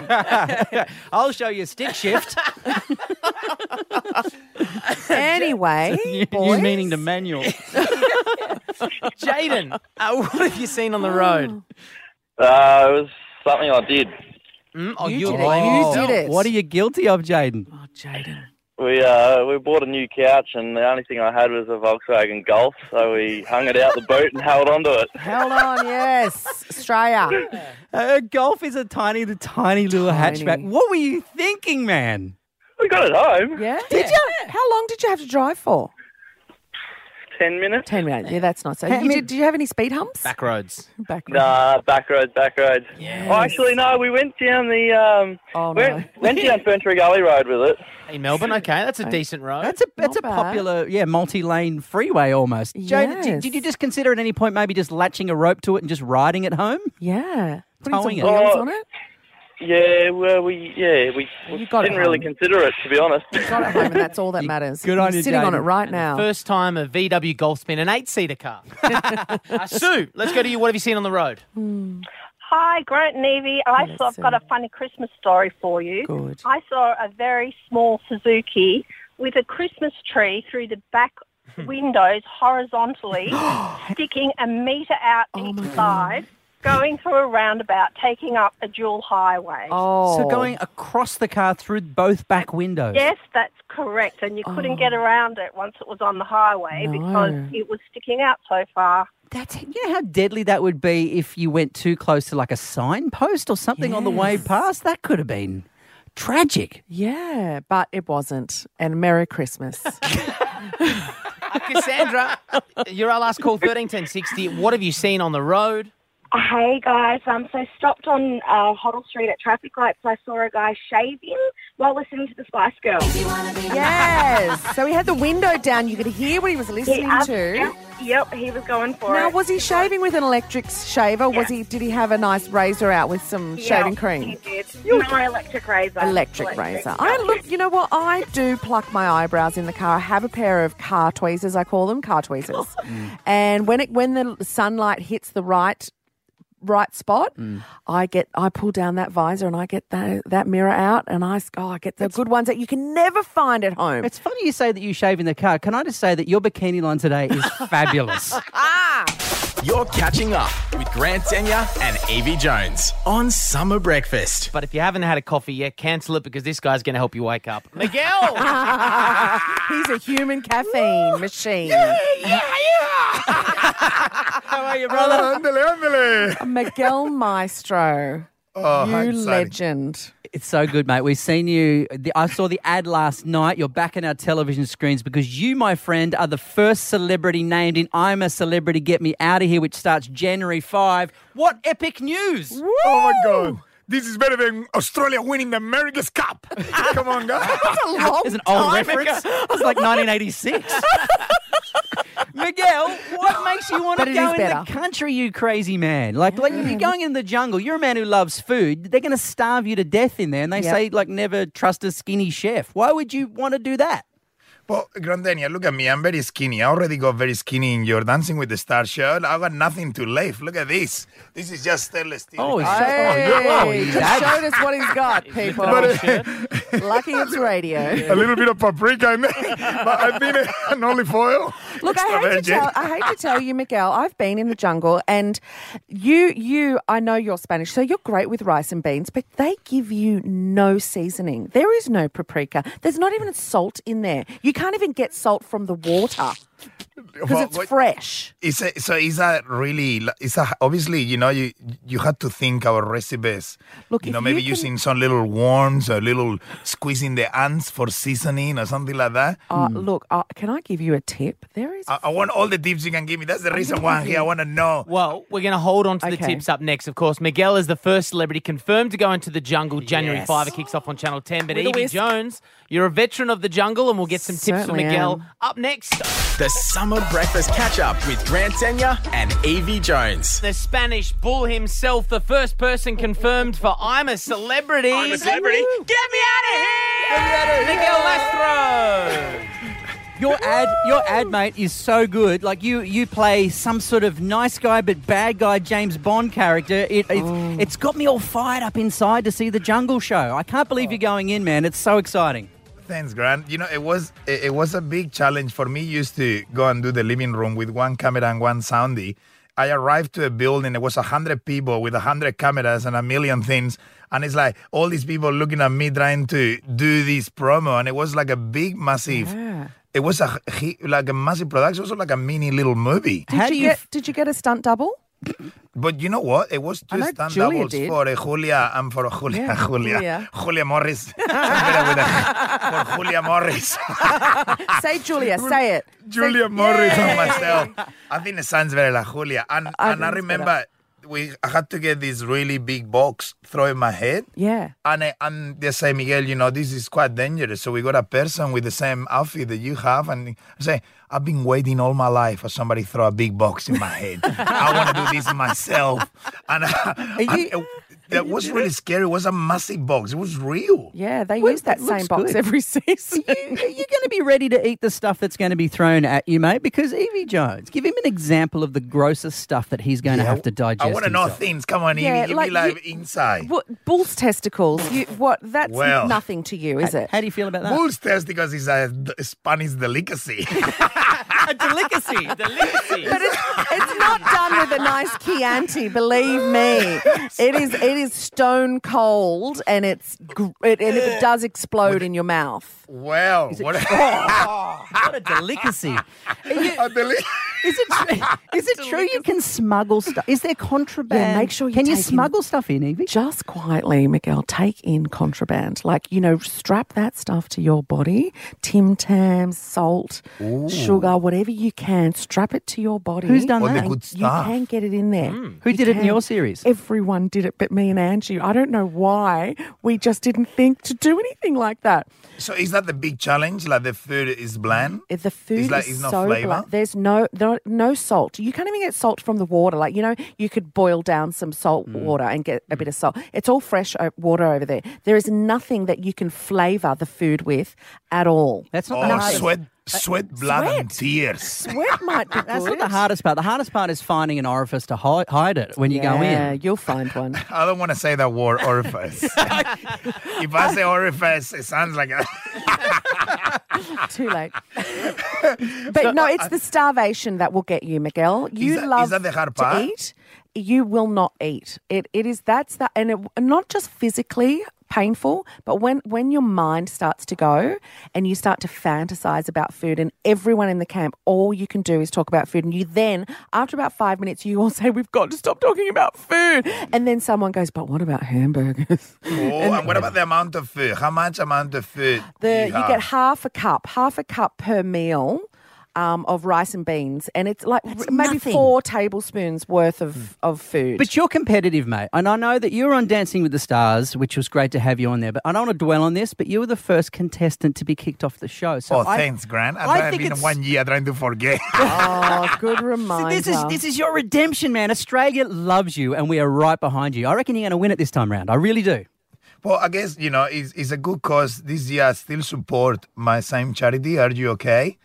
(laughs) I'll show you stick shift. (laughs) Anyway, (laughs) you meaning the (laughs) manual. (laughs) Jaden, uh, what have you seen Oh. on the road? Uh, it was something I did. Mm? Oh, You you're did it. blaming You yourself. did it. What are you guilty of, Jaden? oh, Jaden. We uh, we bought a new couch, and the only thing I had was a Volkswagen Golf, so we hung it out the boot and held onto it. (laughs) Held on, yes, (laughs) Australia. Uh, golf is a tiny, the tiny little Tiny. hatchback. What were you thinking, man? We got it home. Yeah. Did you? How long did you have to drive for? Ten minutes. Ten minutes. Yeah, that's not so. Ten You min- did, did you have any speed humps? Back roads. Back Nah, Uh, back roads, back roads. Oh, actually, no, we went down the um, Oh, went, no. went (laughs) down Fentry Gully Road with it. In Melbourne, okay, that's a decent road. That's a that's a bad. popular, yeah, multi-lane freeway almost. Jaden, did, Yes. did you just consider at any point maybe just latching a rope to it and just riding it home? Yeah. Putting some Towing it. wheels Oh. on it. Yeah, well, we yeah we, we You got it didn't really home. consider it to be honest. Got it home, and that's all that matters. good You're on (laughs) you, Sitting on Jaden. it right now. First time a VW Golf's been an (laughs) eight-seater car. (laughs) uh, Sue, let's go to you. What have you seen on the road? Hi, Grant and Evie. I Hello, saw, I've got Sue. a funny Christmas story for you. Good. I saw a very small Suzuki with a Christmas tree through the (laughs) back windows (gasps) horizontally, sticking a metre out Oh my God. each side, going through a roundabout, taking up a dual highway. Oh. So going across the car through both back windows. Yes, that's correct. And you couldn't get around it once it was on the highway Oh. No. because it was sticking out so far. That's you know how deadly that would be if you went too close to like a signpost or something on the way Yes. past. That could have been tragic. Yeah, but it wasn't. And Merry (laughs) Christmas. (laughs) Uh, Cassandra, you're our last call. Thirteen ten sixty. What have you seen on the road? Hey guys, um, so stopped on uh, Hoddle Street at traffic lights. I saw a guy shaving while listening to the Spice Girls. yes. So he had the window down. You could hear what he was listening ab- to. yep, yep, he was going for Now, it. was he shaving with an electric shaver? Was he? Did he have a nice razor out with some Yeah, shaving He cream? did. No, electric razor. Electric razor. I yeah. look. You know what? I do pluck my eyebrows in the car. I have a pair of car (laughs) Mm. tweezers. I call them car tweezers. and when it when the sunlight hits the right right spot, Mm. I get I pull down that visor and I get that that mirror out and I s- oh, I get the good ones that you can never find at home. It's funny you say that you shave in the car. Can I just say that your bikini line today (laughs) is fabulous? You're catching up with Grant Senya and Evie Jones on Summer Breakfast. But if you haven't had a coffee yet, cancel it because this guy's going to help you wake (laughs) up. Miguel! He's a (laughs) human caffeine machine. How are you, brother? Miguel Maestro. Oh, you legend. It's so good, mate. We've seen you. The, I saw the ad last night. You're back in our television screens because you, my friend, are the first celebrity named in I'm a Celebrity Get Me Out of Here, which starts January 5. What epic news! Oh my god. This is better than Australia winning the America's Cup. Come on, guys. Oh, It's an old reference. It's (laughs) like 1986. Miguel, what makes you want But to it go is in better. the country, you crazy man? Like, like if you're going in the jungle, you're a man who loves food. They're going to starve you to death in there, and they Yep. say like never trust a skinny chef. Why would you want to do that? Well, Oh, Grandenia, look at me. I'm very skinny. I already got very skinny in your Dancing with the Star shirt. I got nothing to leave. Look at this. This is just stainless steel. Oh, it's- Hey, yeah. just showed us what he's (laughs) got, people. (laughs) Lucky it's radio. a little bit of paprika in there, but I've been an olive oil. Look, I hate, extra to virgin. tell, I hate to tell you, Miguel, I've been in the jungle and you, you, I know you're Spanish, so you're great with rice and beans, but they give you no seasoning. There is no paprika. There's not even salt in there. You can't even get salt from the water because Well, it's what- fresh. It's a, so is that really? Is that obviously? You know, you you had to think our recipes. Look, you if know, maybe you can- using some little worms or little squeezing the ants for seasoning or something like that. Uh, look, uh, can I give you a tip? There is. I, I want all the tips you can give me. That's the reason why I'm here. I want to know. Well, we're going to hold on to the Okay. tips up next, of course. Miguel is the first celebrity confirmed to go into the jungle January 5. It kicks off on Channel 10. But With a Evie whisk. Jones, you're a veteran of the jungle, and we'll get some tips from Certainly Miguel am. up next. The Summer Breakfast Catch Up with Grant Senya and Evie Jones. The Spanish bull himself, the first person confirmed for I'm a Celebrity. I'm a Celebrity. Get me out of here! Miguel Lastro! Your ad, your ad, mate, is so good. Like you, you play some sort of nice guy but bad guy James Bond character. It, it's, it's got me all fired up inside to see the Jungle Show. I can't believe you're going in, man. It's so exciting. Thanks, Grant. You know, it was it, it was a big challenge for me. Used to go and do the living room with one camera and one soundy. I arrived to a building. It was a hundred people with a hundred cameras and a million things, and it's like all these people looking at me trying to do this promo, and it was like a big, massive. It was a he- like a massive production. It was like a mini little movie. Did How you, do you get? f- did you get a stunt double? But you know what? It was I two know stand Julia doubles did. for uh, Julia and for Julia. Yeah, Julia. Julia. Julia. Morris. Somebody with a- for Julia Morris. say Julia. Say it. Julia Say- Morris Yay! and myself. I think it sounds very like Julia. And, I and think I it's remember we I had to get this really big box thrown in my head. Yeah. And, I, and they say, Miguel, you know, this is quite dangerous. So we got a person with the same outfit that you have. And I say, I've been waiting all my life for somebody to throw a big box in my head. I want to do this myself. And, (laughs) I, Are and you- it- that was really scary. It was a massive box. It was real. Yeah, they Well, use that it same looks box good. every (laughs) You, season. you're going to be ready to eat the stuff that's going to be thrown at you, mate. Because Evie Jones, give him an example of the grossest stuff that he's going to have to digest. I want to know himself. things. Come (laughs) on, Yeah, Evie, give like me like you- inside. What bull's testicles? You, what? That's Well. nothing to you, is it? How do you feel about that? Bull's testicles is a d- Spanish delicacy. (laughs) A delicacy. delicacy. but it's, it's not done with a nice Chianti, believe me. It is it is stone cold, and it's gr- it, and it does explode in your mouth. well, (laughs) what Oh, What a delicacy! a deli- Is it (laughs) tr- is it true you can smuggle stuff? Is there contraband? make sure you can you take in- smuggle stuff in, Evie? Just quietly, Miguel, take in contraband. Like, you know, strap that stuff to your body Tim Tams, salt, sugar, whatever you can, strap it to your body. Who's done All the that? Hmm. good You stuff. can get it in there. Who did it in can. your series? Everyone did it but me and Angie. I don't know why. We just didn't think to do anything like that. So is that the big challenge? Like the food is bland? If The food like- is it's not so flavour? bland. There's no there are no salt. You can't even get salt from the water. Like you know, you could boil down some salt Mm. water and get a bit of salt. It's all fresh o- water over there. There is nothing that you can flavour the food with at all. Uh, That's not Oh, that hard. sweat, Sweat, blood, and tears. Sweat might be That's good. not the hardest part. The hardest part is finding an orifice to hi- hide it when you go Yeah, in. you'll find one. I don't want to say that word orifice. if I say orifice, it sounds like a. (laughs) Too late. but no, it's the starvation that will get you, Miguel. You that- love is that the hard to part? eat. You will not eat. It it is that's that, and it, and not just physically painful, but when when your mind starts to go and you start to fantasize about food, and everyone in the camp, all you can do is talk about food, and you then after about five minutes, you all (laughs) say, "We've got to stop talking about food," and then someone goes, "But what about hamburgers?" Oh, and what about the amount of food? How much amount of food? The you, have? get half a cup, half a cup per meal um, of rice and beans, and it's like r- maybe nothing. four tablespoons worth of of food. But you're competitive, mate. And I know that you were on Dancing with the Stars, which was great to have you on there. But I don't want to dwell on this, but you were the first contestant to be kicked off the show. So Oh, I- thanks, Grant. I I've think been it's- one year trying to forget. (laughs) (laughs) oh, (laughs) good So reminder. this is this is your redemption, man. Australia loves you, and we are right behind you. I reckon you're going to win it this time round. I really do. well, I guess, you know, it's, it's a good cause. This year, I still support my same charity. Are you okay?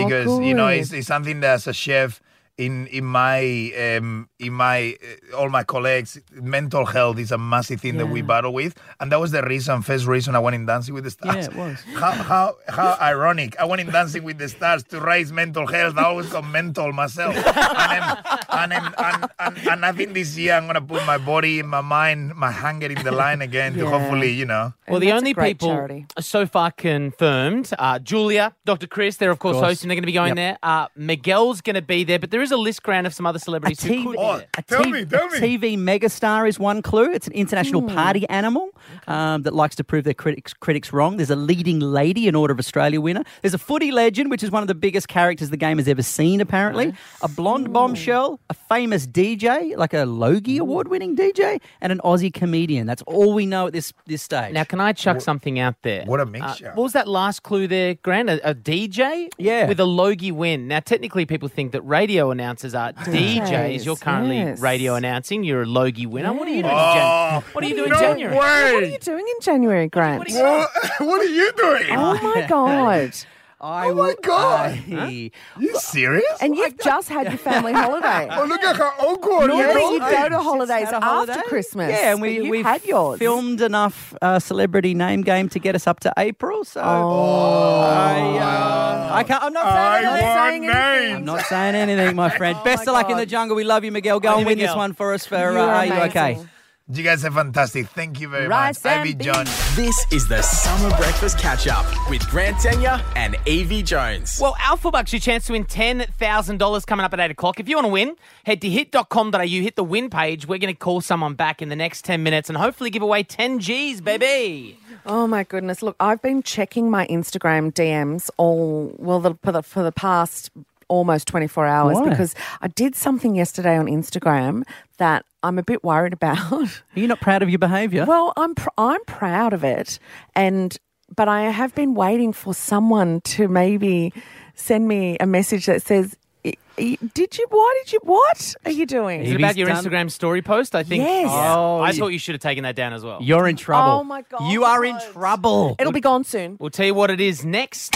Because, you know, it's, good. it's something that as a chef, in, in my um, in my uh, all my colleagues, mental health is a massive thing that we Yeah. battle with, and that was the reason, first reason I went in Dancing with the Stars. it was. How how how ironic! I went in Dancing with the Stars to raise mental health. I always got mental myself, and, i and, I'm- and, and, and I think this year I'm gonna put my body, my mind, my hunger in the line again to Yeah. hopefully, you know. And Well, the that's a only great people charity. so far confirmed uh, Julia, Dr. Chris, they're of course, course. hosting. They're going to be going Yep. there. Uh, Miguel's going to be there, but there is a list ground of some other celebrities who could be Oh, there. A tell TV me, tell me. TV megastar is one clue. It's an international Hmm. party animal um, that likes to prove their critics critics wrong. There's a leading lady, an Order of Australia winner. There's a footy legend, which is one of the biggest characters the game has ever seen, apparently. A blonde bombshell, a famous DJ, like a Logie award winning DJ, and an Aussie comedian. That's all we know at this this stage. Now, can I chuck something out there? what a Uh, mixture. what was that last clue there, Grant? A, a DJ? Yeah. With a Logie win. Now, technically, people think that radio announcers (laughs) are DJs. You're currently yes. radio announcing. You're a Logie winner. What are you doing, in Oh, Jan- What are you doing, no in January? What are Way. you doing in January, Grant? What, what are you doing? oh my (laughs) god! I Oh my will- God. I- you serious? And you've just had your (laughs) family oh, holiday. look at how awkward. you Normally know? you go to It's holidays had a after holiday. Christmas. Yeah, and but we you've we've had yours. filmed enough uh, celebrity name game to get us up to April. So Oh. I, uh, I can't. I'm not I saying anything. want saying anything. I'm names. not saying anything, (laughs) my friend. Best Oh my of luck in God. the jungle. We love you, Miguel. Go Love and you, win this Miguel. one for us. For uh, You are are you okay? amazing. You guys are fantastic. Thank you very Rice much. and Abby beans. John. This is the Summer Breakfast Catch Up with Grant Tenya and Evie Jones. Well, Alpha Bucks, your chance to win $10,000 coming up at 8 o'clock. If you want to win, head to hit.com.au, hit the win page. We're going to call someone back in the next 10 minutes and hopefully give away 10 G's, baby. Oh my goodness! Look, I've been checking my Instagram DMs all well the, for the for the past almost twenty four hours Why? because I did something yesterday on Instagram that I'm a bit worried about. (laughs) Are you not proud of your behaviour? well, I'm pr- I'm proud of it, and but I have been waiting for someone to maybe send me a message that says, "I- I- "Did you? Why did you? What are you doing?" Is it Evie's about your done- Instagram story post? I think. Yes. Oh, I thought you should have taken that down as well. You're in trouble. Oh my God. You are in trouble. It'll be gone soon. We'll tell you what it is next.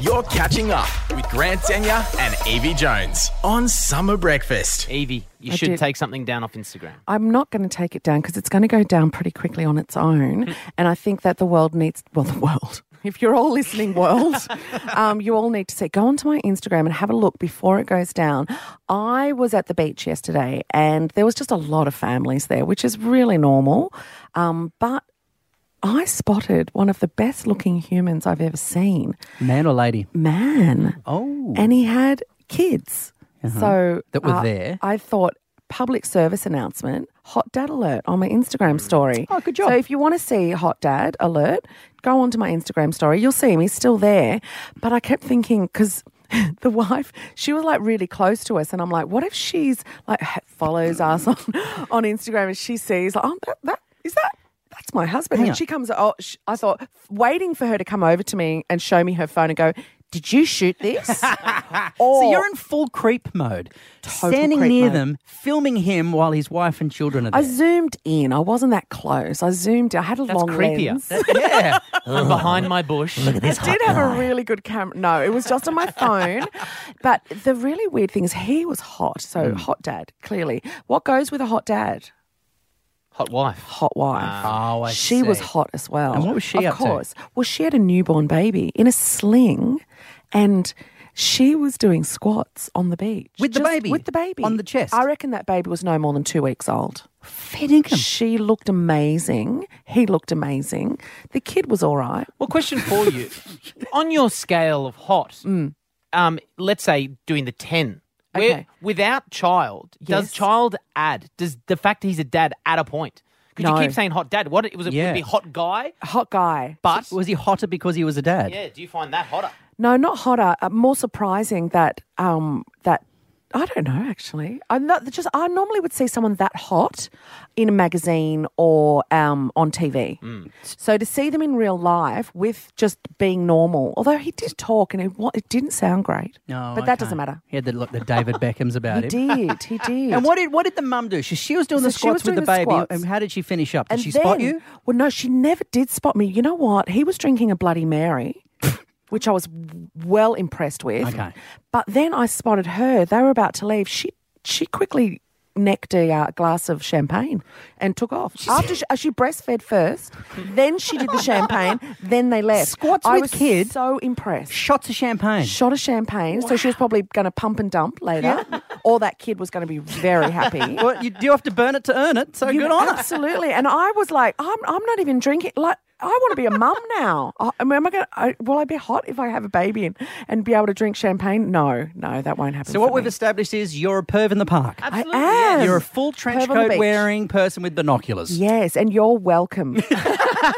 You're catching up with Grant Tenya and Evie Jones on Summer Breakfast. Evie, you I should did. take something down off Instagram. I'm not going to take it down because it's going to go down pretty quickly on its (laughs) own. and I think that the world needs, well, the world. (laughs) If you're all listening, (laughs) world, um, you all need to see. Go onto my Instagram and have a look before it goes down. I was at the beach yesterday and there was just a lot of families there, which is really normal. Um, but I spotted one of the best looking humans I've ever seen Man or lady? man. Oh. Uh-huh. And he had kids. So uh, That were there. I thought public service announcement, hot dad alert on my Instagram story. Oh, good job. So if you want to see hot dad alert, go onto my Instagram story. You'll see him. He's still there. But I kept thinking because. (laughs) The wife, she was like really close to us, and I'm like, what if she's like ha- follows us on, (laughs) on Instagram and she sees, like, oh, that, that is that that's my husband. Hang and on. she comes, oh, sh I thought, waiting for her to come over to me and show me her phone and go, Did you shoot (laughs) this? so you're in full creep mode, standing creep near mode. them, filming him while his wife and children are I there. (laughs) zoomed in. I wasn't that close. I zoomed. in. I had a That's long creepier. lens. yeah, From behind my bush. Look at this. I did have a really good camera. No, it was just on my (laughs) phone. but the really weird thing is he was hot. So Hmm. hot dad, clearly. What goes with a hot dad? Hot wife. Hot wife. Oh, I she was see. hot as well. And what was she Of up to? course. Well, she had a newborn baby in a sling and she was doing squats on the beach. With the Just baby? With the baby. On the chest? I reckon that baby was no more than two weeks old. fed income. She looked amazing. He looked amazing. The kid was all right. Well, question for (laughs) you. On your scale of hot, um, let's say doing the 10, where, Mm. Okay. without child, Yes. does child add, does the fact that he's a dad add a point? Because No. you keep saying hot dad. What it was it Yeah. would be hot guy, Hot guy. but Was he hotter because he was a dad? yeah, do you find that hotter? No, not hotter. Uh, more surprising that um that I don't know actually. I'm not just I normally would see someone that hot in a magazine or um on TV. So to see them in real life with just being normal, although he did talk and it wa- it didn't sound great. No, but Oh, okay. that doesn't matter. He had the, look (laughs) that David Beckham's about He him. did. He did. (laughs) And what did what did the mum do? She, she was doing So the she squats was doing with the the baby. squats. And how did she finish up? Did And she then, spot you? Well, no, she never did spot me. You know what? He was drinking a Bloody (laughs) Mary, which I was w- well impressed with. Okay. But then I spotted her. They were about to leave. She she quickly necked a uh, glass of champagne and took off. After she, uh, she breastfed first, then she did the champagne, then they left. Squats I with was kid. so impressed. Shots of champagne. Shot of champagne, so she was probably going to pump and dump later, or that kid was going to be very (laughs) happy. (laughs) well, you do have to burn it to earn it. So You- good on her. Absolutely. And I was like, I'm, I'm not even drinking. Like, I want to be a mum now. I, I mean, am I gonna, I, will I be hot if I have a baby and, and be able to drink champagne? No, no, that won't happen. So what for we've me. established is you're a perv in the park. I Absolutely. am. You're a full trench Perv on the coat beach. wearing person with binoculars. Yes, and you're (laughs) welcome. Uh,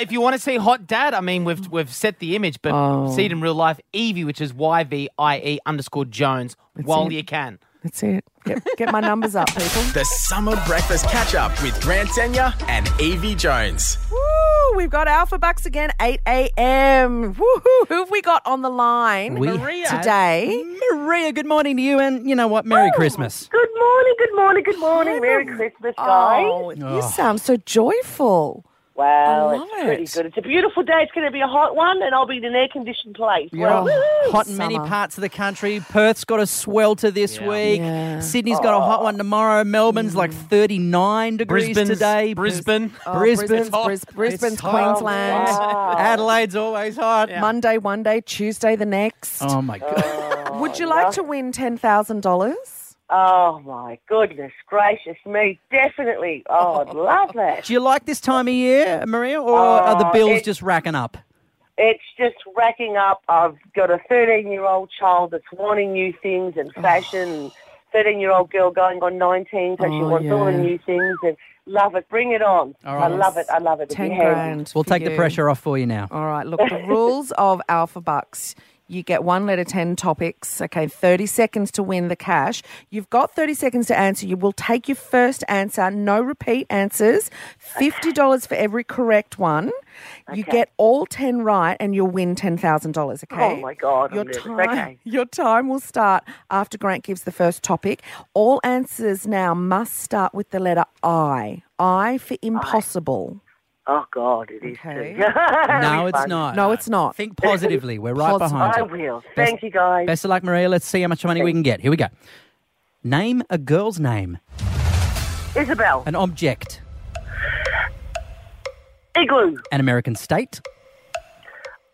if you want to see hot dad, I mean, we've we've set the image, but see it in real life. Evie, which is Y V I E underscore Jones, while it. you can. That's it. Get, get my numbers up, people. The Summer Breakfast Catch Up with Grant Senya and Evie Jones. (laughs) Woo! We've got Alpha Bucks again, 8 a.m. Woohoo! Who have we got on the line We- today? Maria, good morning to you, and you know what? Merry Christmas. Good morning, good morning, good morning. Merry Christmas, guys. Oh, you sound so joyful. Well, I it's love pretty it. good. It's a beautiful day. It's going to be a hot one, and I'll be in an air-conditioned place. Well, woohoo, hot in many Oh, summer. parts of the country. Perth's got a swelter this Yeah. week. Yeah. Mm. Sydney's got a hot one tomorrow. Melbourne's like 39 degrees Brisbane's- today. Brisbane. Oh, Brisbane's, Brisbane's, Bris- Brisbane's It's hot. Queensland. Adelaide's always hot. Monday one day, Tuesday the next. Oh my god! Would you like to win ten thousand dollars? oh my goodness gracious me! Definitely. Oh, I'd (laughs) love that. (laughs) Do you like this time of year, Maria, or are the Oh, bills it- just racking up? It's just racking up. I've got a 13-year-old child that's wanting new things and Oh. fashion. and 13-year-old girl going on 19, so she Oh, wants all the yeah. new things and love it. Bring it on. All I right. love it. I love it. It'd Ten be handy. grand. We'll for take the you. Oh. pressure off for you now. All right. Look, the (laughs) rules of Alpha Bucks. You get one letter, 10 topics. Okay, 30 seconds to win the cash. You've got 30 seconds to answer. You will take your first answer, no repeat answers, $50 for every correct one. You get all 10 right and you'll win $10,000. Okay. Oh, my God, I'm Your nervous. time, Okay. (laughs) your time will start after Grant gives the first topic. All answers now must start with the letter I. I for impossible. Oh God, it is Okay. too. (laughs) No, it's not. No, it's not. Think positively. We're right Positive. behind I you. will. Best- Thank you guys. Best of luck, Maria. Let's see how much money we can get. Here we go. Name a girl's name, Isabel, an object, Igloo, an American state,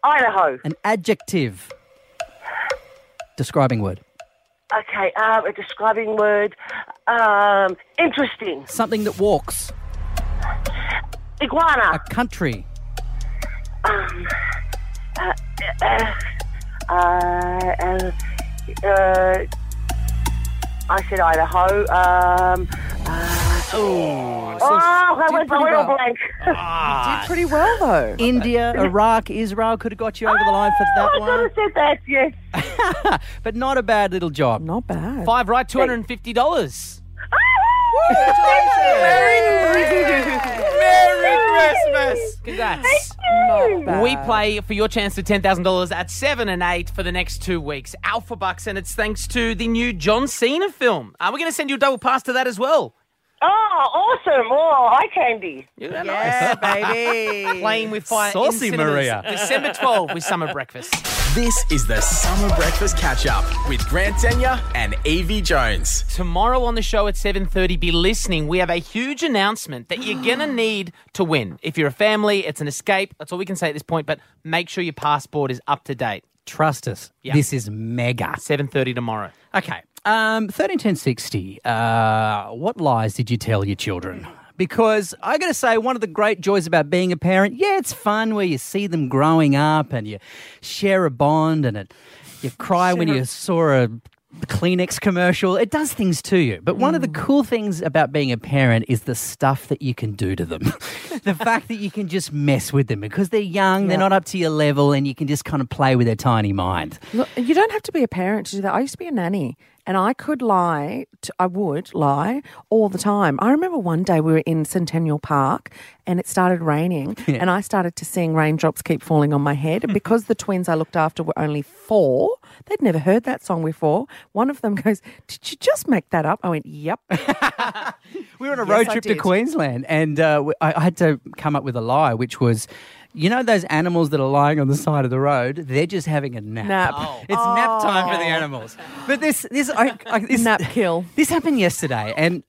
Idaho. an adjective, describing word, Okay, um, a describing word. Um, interesting. something that walks, a Iguana. country, Uh, uh, uh, I said Idaho. Um, uh, Oh, oh, I did went a pretty little well. blank. Did pretty well though. (laughs) India, Iraq, Israel could have got you over the line for (laughs) that Oh, I could one, have said that. Yes. but not a bad little job. Not bad. five right, two hundred and fifty dollars. Thank you. Merry Christmas. Congrats. Not bad. We play for your chance to $10,000 at 7 and 8 for the next two weeks. Alpha Bucks, and it's thanks to the new John Cena film. Uh, we're going to send you a double pass to that as well. (laughs) Oh, awesome. Oh, eye candy. Yeah, Yeah, (laughs) baby. Playing with fire. in Saucy cinemas, Maria. December 12 with Summer Breakfast. This is the Summer Breakfast Catch Up with Grant Tenya and AV Jones. Tomorrow on the show at 7:30 be listening. We have a huge announcement that (gasps) you're going to need to win. If you're a family, it's an escape. That's all we can say at this point, but make sure your passport is up to date. Trust us. Yeah. This is mega. 7:30 tomorrow. Okay. Um, 13, 10, 60. Uh, what lies did you tell your children? Because I got to say, one of the great joys about being a parent, yeah, it's fun where you see them growing up and you share a bond and it, you cry when you saw a Kleenex commercial. It does things to you. But one of the cool things about being a parent is the stuff that you can do to them. (laughs) the fact that you can just mess with them because they're young, they're not up to your level, and you can just kind of play with their tiny mind. Look, you don't have to be a parent to do that. I used to be a nanny and I could lie, to, I would lie all the time. I remember one day we were in Centennial Park and it started raining and I started to sing Raindrops Keep Falling on My Head. And because the twins I looked after were only four, they'd never heard that song before. One of them goes, Did you just make that up? I went, Yep. We were on a Yes, road I trip to did. Queensland, and uh, w- I, I had to come up with a lie, which was, you know, those animals that are lying on the side of the road, they're just having a nap. Nap. (laughs) Oh. It's nap time for the animals. But this, this, I, (laughs) I, this Nap kill. (laughs) This happened yesterday, and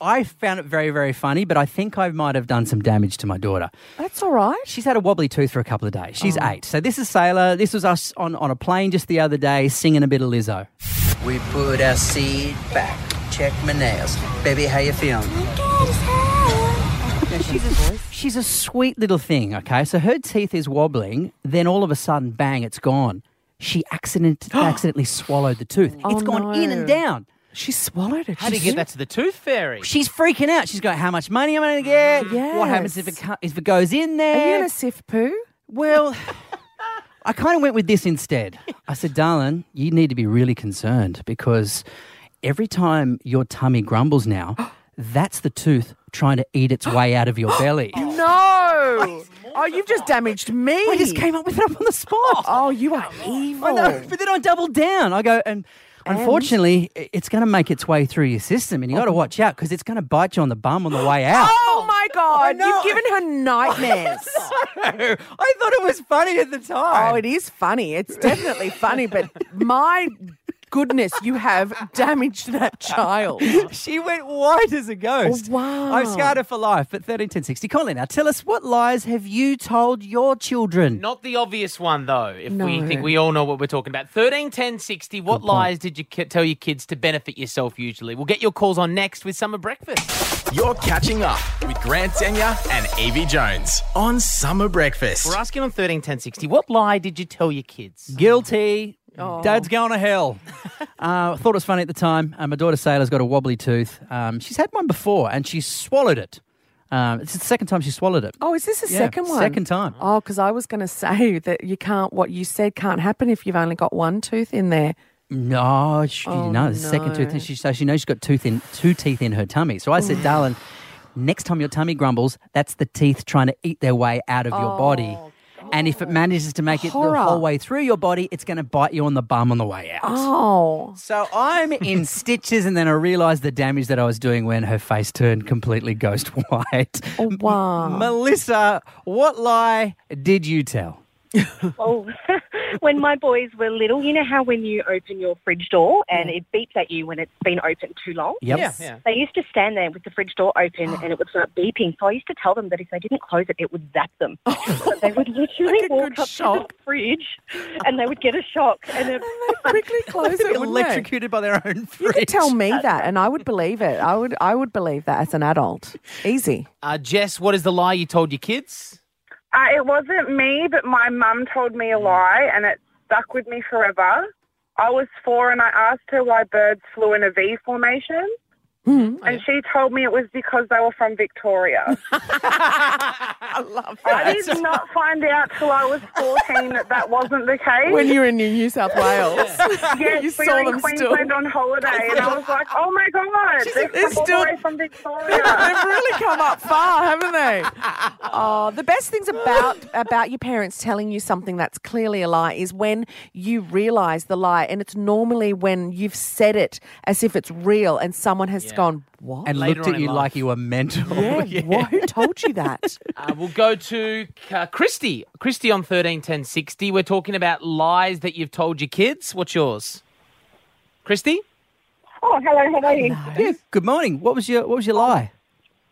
I found it very, very funny. But I think I might have done some damage to my daughter. That's all right. She's had a wobbly tooth for a couple of days. She's Oh. eight. So this is Sailor. This was us on, on a plane just the other day singing a bit of Lizzo. We put our seed back. Check my nails. Baby, how you feeling? She's a sweet little thing, okay? So her teeth is wobbling, then all of a sudden, bang, it's gone. She (gasps) accident- accidentally swallowed the tooth. it's gone in and Oh, no. down. She swallowed it. How do you get that to the tooth fairy? She's freaking out. She's going, How much money am I going to get? What happens if it, Yes. co- if it goes in Are you there? going to sift poo? (laughs) well, I kind of went with this instead. I said, Darling, you need to be really concerned because every time your tummy grumbles (gasps) now, that's the tooth trying to eat its way out of your belly. No. (laughs) Oh, you've just damaged Oh, me. I just came up with it up on the spot. Oh, you are evil. I know, but then I double down. I go and. Unfortunately, i- it's going to make its way through your system, and you got to watch out because it's going to bite you on the bum on the way out. (laughs) Oh my God! know. You've given her (laughs) nightmares. I thought it was funny at the time. oh, it is funny. It's definitely funny, but my goodness, you have damaged that child. (laughs) She went white as a ghost. Oh, wow. I've scarred her for life. But thirteen ten sixty, Colin. Now tell us what lies have you told your children? Not the obvious one, though, if we No. think we all know what we're talking about. 13, 10, 60, what lies did you ki- tell your kids to benefit yourself usually? We'll get your calls on next with Summer Breakfast. You're catching up with Grant Tenya and AV Jones on Summer Breakfast. We're asking on 13, 10, 60, what lie did you tell your kids? Guilty. Dad's going (laughs) to hell. uh, I thought it was funny at the time. Uh, my daughter Sailor's got a wobbly tooth. Um, she's had one before, and she swallowed it. Um, it's the second time she swallowed it. Oh, is this the Yeah, second one? second time. Oh, because I was going to say that you can't. What you said can't happen if you've only got one tooth in there. No, she, Oh, no, the second tooth. no. And she, so she knows she's got tooth in two teeth in her tummy. So I said, darling, next time your tummy grumbles, that's the teeth trying to eat their way out of your body. And if it manages to make it Oh, Horror. the whole way through your body, it's going to bite you on the bum on the way out. Oh, So (laughs) I'm in stitches, and then I realised the damage that I was doing when her face turned completely ghost (laughs) white. oh wow. Melissa, what lie did you tell? Oh, (laughs) when my boys were little, you know how when you open your fridge door and it beeps at you when it's been open too long? Yep. Yeah. They used to stand there with the fridge door (gasps) open and it would start beeping. So I used to tell them that if they didn't close it, it would zap (laughs) them. but they would literally Oh, Like a walk good up shock. to the fridge and they would get a shock. And then Quickly close it. wouldn't they? Electrocuted by their own fridge. You could tell me that, and I would believe it. I would, I would believe that as an adult. Easy. Uh, Jess, what is the lie you told your kids? (laughs) Uh, it wasn't me, but my mum told me Mm. a lie, and it stuck with me forever. I was four, and I asked her why birds flew in a V formation, Hmm. And she told me it was because they were from Victoria. (laughs) I love I did not find out till I was 14 that that wasn't the case. When you were in New South Wales. (laughs) yes, You we saw were in them Queensland still. on holiday, and I was like, oh my God, She's they're, like, they're from all still- the way from Victoria. (laughs) They've really come up far, haven't they? Oh, the best things about about your parents telling you something that's clearly a lie is when you realise the lie, and it's normally when you've said it as if it's real, and someone has gone, "What?" And looked at you like you were mental. Yeah, wha- who told you that? Uh, we'll go to uh, Christy. Christy on thirteen ten sixty. We're talking about lies that you've told your kids. What's yours, Christy? Oh, hello, how are you? (laughs) Yeah, Good morning. What was your What was your lie?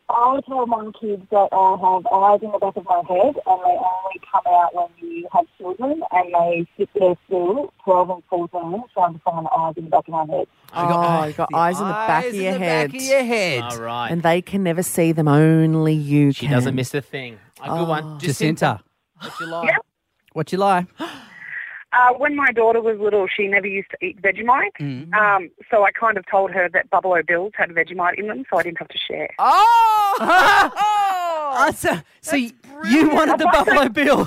I tell my kids that I have eyes in the back of my head and they only come out when you have children and they sit there still, 12 and 14, trying to find eyes in the back of my head. Oh, you got eyes in the back eyes of in your the head. back of your head. All right. And they can never see them. Only you She can. doesn't miss a thing. A good one. Jacinta. What's your (laughs) lie? What's your (gasps) lie? Uh, when my daughter was little, she never used to eat Vegemite. Mm. Um, so I kind of told her that Buffalo Bills had Vegemite in them, so I didn't have to share. Oh! Ah, so, so y- you wanted the Buffalo Bill. (laughs)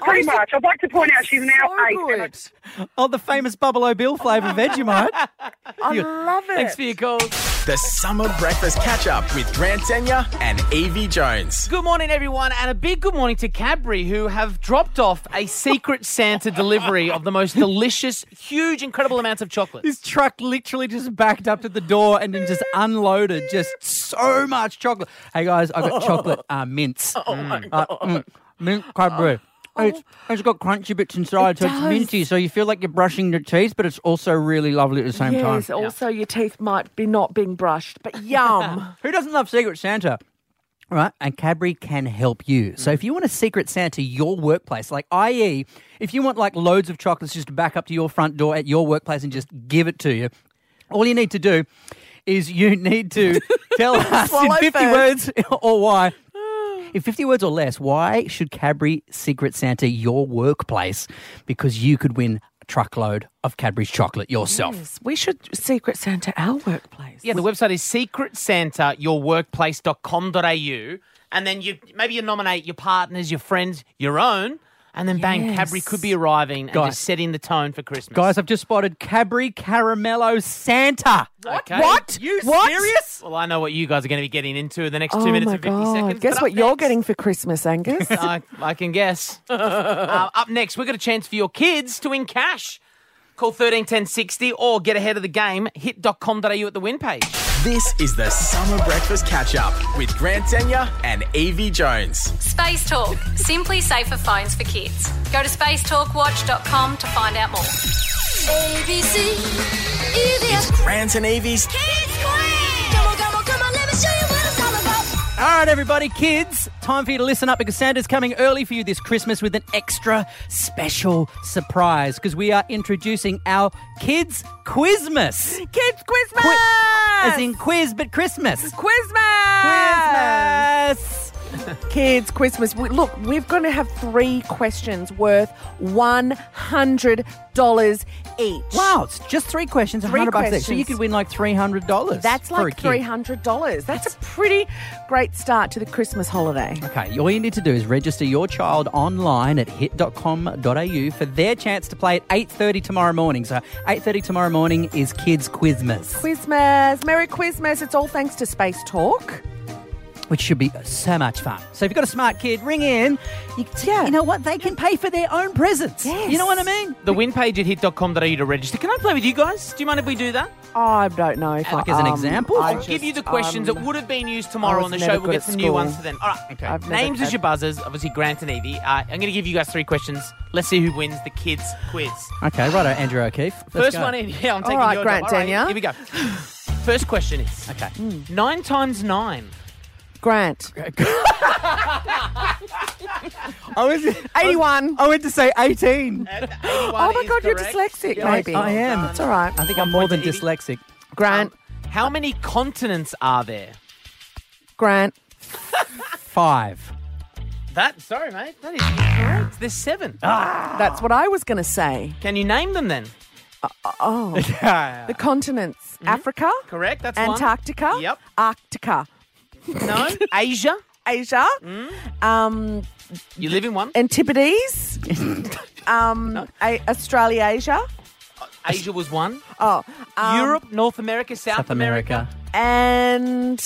Pretty much. I'd like to point out she's now eight. and I- Oh, the famous Buffalo Bill flavour Vegemite. I love it. Thanks for your calls. The Summer Breakfast Catch Up with Grant Senya and AV Jones. Good morning, everyone, and a big good morning to Cadbury, who have dropped off a secret Santa delivery of the most delicious, huge, incredible amounts of chocolate. This truck literally just backed up to the door and then just unloaded just so much chocolate. Hey guys, I got chocolate uh, mints. Oh my god. mint Cadbury. It's, it's got crunchy bits inside, It so it's does. minty, so you feel like you're brushing your teeth, but it's also really lovely at the same time. yes. Also, your teeth might be not being brushed, but yum. (sighs) Who doesn't love Secret Santa? Right, and Cadbury can help you. So Mm. if you want a Secret Santa your workplace, like i.e., if you want like loads of chocolates just to back up to your front door at your workplace and just give it to you, all you need to do is you (laughs) need to tell us in Swallow 50 first. words (laughs) or (sighs) why. In 50 words or less, why should Cadbury Secret Santa your workplace? Because you could win a truckload of Cadbury's chocolate yourself. Yes, (laughs) we should secret Santa our workplace. Yeah, the website is secretsantayourworkplace.com.au. And then you maybe you nominate your partners, your friends, your own, and then bang, Yes. Cadbury could be arriving and Guys. just setting the tone for Christmas. Guys, I've just spotted Cadbury Caramello Santa. Okay. What? You What? serious? Well, I know what you guys are going to be getting into in the next Oh two minutes my and 50 God. seconds. Guess but what up you're next- getting for Christmas, Angus? I, I (laughs) can guess. Uh, up next, we've got a chance for your kids to win cash. Call 131060 or get ahead of the game. Hit.com.au at the win page. This is the Summer Breakfast Catch Up with Grant Senya and AV Jones. Space Talk, simply safer phones for kids. Go to spacetalkwatch.com to find out more. It's Grant and AV's E Come on, come on, come on, let me show you what it's all about. All right, everybody, kids, time for you to listen up because Santa's coming early for you this Christmas with an extra special surprise because we are introducing our Kids Quizmas. Kids Christmas! Qui- As in quiz, but (laughs) Christmas. Quizmas! Christmas! Kids Christmas. We, look, we're going to have three questions worth $100 each. Wow, it's just three questions, Three 100 bucks each. So you questions. could win like $300. That's for a like kid. $300. That's a pretty great start to the Christmas holiday. Okay, all you need to do is register your child online at hit.com.au for their chance to play at 8.30 tomorrow morning. So 8.30 tomorrow morning is Kids Quizmas, Quizmas. Merry Quizmas. It's all thanks to Space Talk. which should be so much fun. So if you've got a smart kid, ring in. You, yeah. you know what? They can pay for their own presents. Yes. You know what I mean? The win page at hit.com.au to register. Can I play with you guys? Do you mind if we do that? I don't know if Like I, as an um, example? I I'll I'll give you the just, questions um, that would have been used tomorrow was on the never show. We'll good get at some new ones school. for them. All right. Okay. I've never Names as had- your buzzers. Obviously, Grant and Evie. Uh, I'm going to give you guys three questions. Let's see who wins the kids' quiz. Okay, righto, Andrew O'Keefe. Let's First go. one in. (laughs) Yeah, I'm All taking right, your Grant job. All right, Denya. Here we go. First question is Okay. nine times nine. Grant. I, was, (laughs) 81. I went to say 18. (gasps) Oh my God, you're dyslexic, I- maybe. I am. It's all right. I think One I'm more point than to Evie. dyslexic. Grant. How many continents are there? Grant. (laughs) Five. That sorry, Oh. mate. That is incorrect. There's seven. That's what I was going to say. Can you name them then? Oh. Yeah. The continents Africa. Ah. Mm-hmm. Correct. That's one. Antarctica. Yep. Arctica. (laughs) No. Asia. Asia. Mm. Um, You live in one? (laughs) Antipodes. um, A- Australasia. Asia was one. Oh. um, Europe, North America, South, South America. And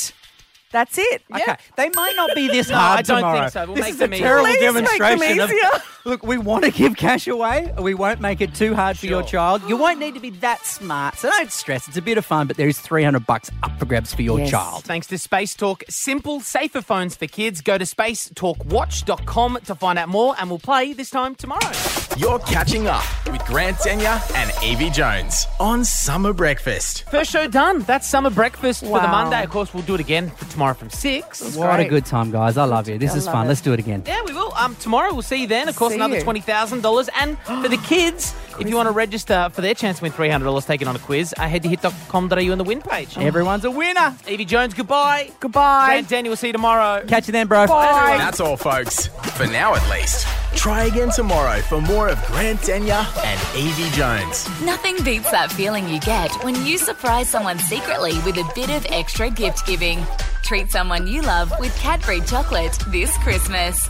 that's it. Okay, they might not be this (laughs) No, hard I don't think tomorrow. so. We'll this make is them a easier. terrible Please make them demonstration. of- easier. (laughs) look, we want to give cash away. We won't make it too hard for your child. You won't need to be that smart, so don't stress. It's a bit of fun, but there is three hundred bucks up for grabs for your child. Thanks to Space Talk, simple, safer phones for kids. Go to spacetalkwatch.com to find out more, and we'll play this time tomorrow. You're catching up with Grant Senya and AV Jones on Summer Breakfast. First show done. That's summer breakfast for the Wow. Monday. Of course, we'll do it again for tomorrow from six. What a good time, guys! I love you. This I is love fun. it. Let's do it again. Yeah, we will. Um, tomorrow we'll see you then. Of course, See another you. twenty thousand dollars. And for the kids, if you want to register for their chance to win three hundred dollars taken on a quiz, uh, head to hit.com.au in the win page. Everyone's a winner. Evie Jones, goodbye. Goodbye. And Danny, we'll see you tomorrow. Catch you then, bro. That's all, folks. For now, at least. Try again tomorrow for more of Grant Senya and AV Jones. Nothing beats that feeling you get when you surprise someone secretly with a bit of extra gift giving. Treat someone you love with Cadbury chocolate this Christmas.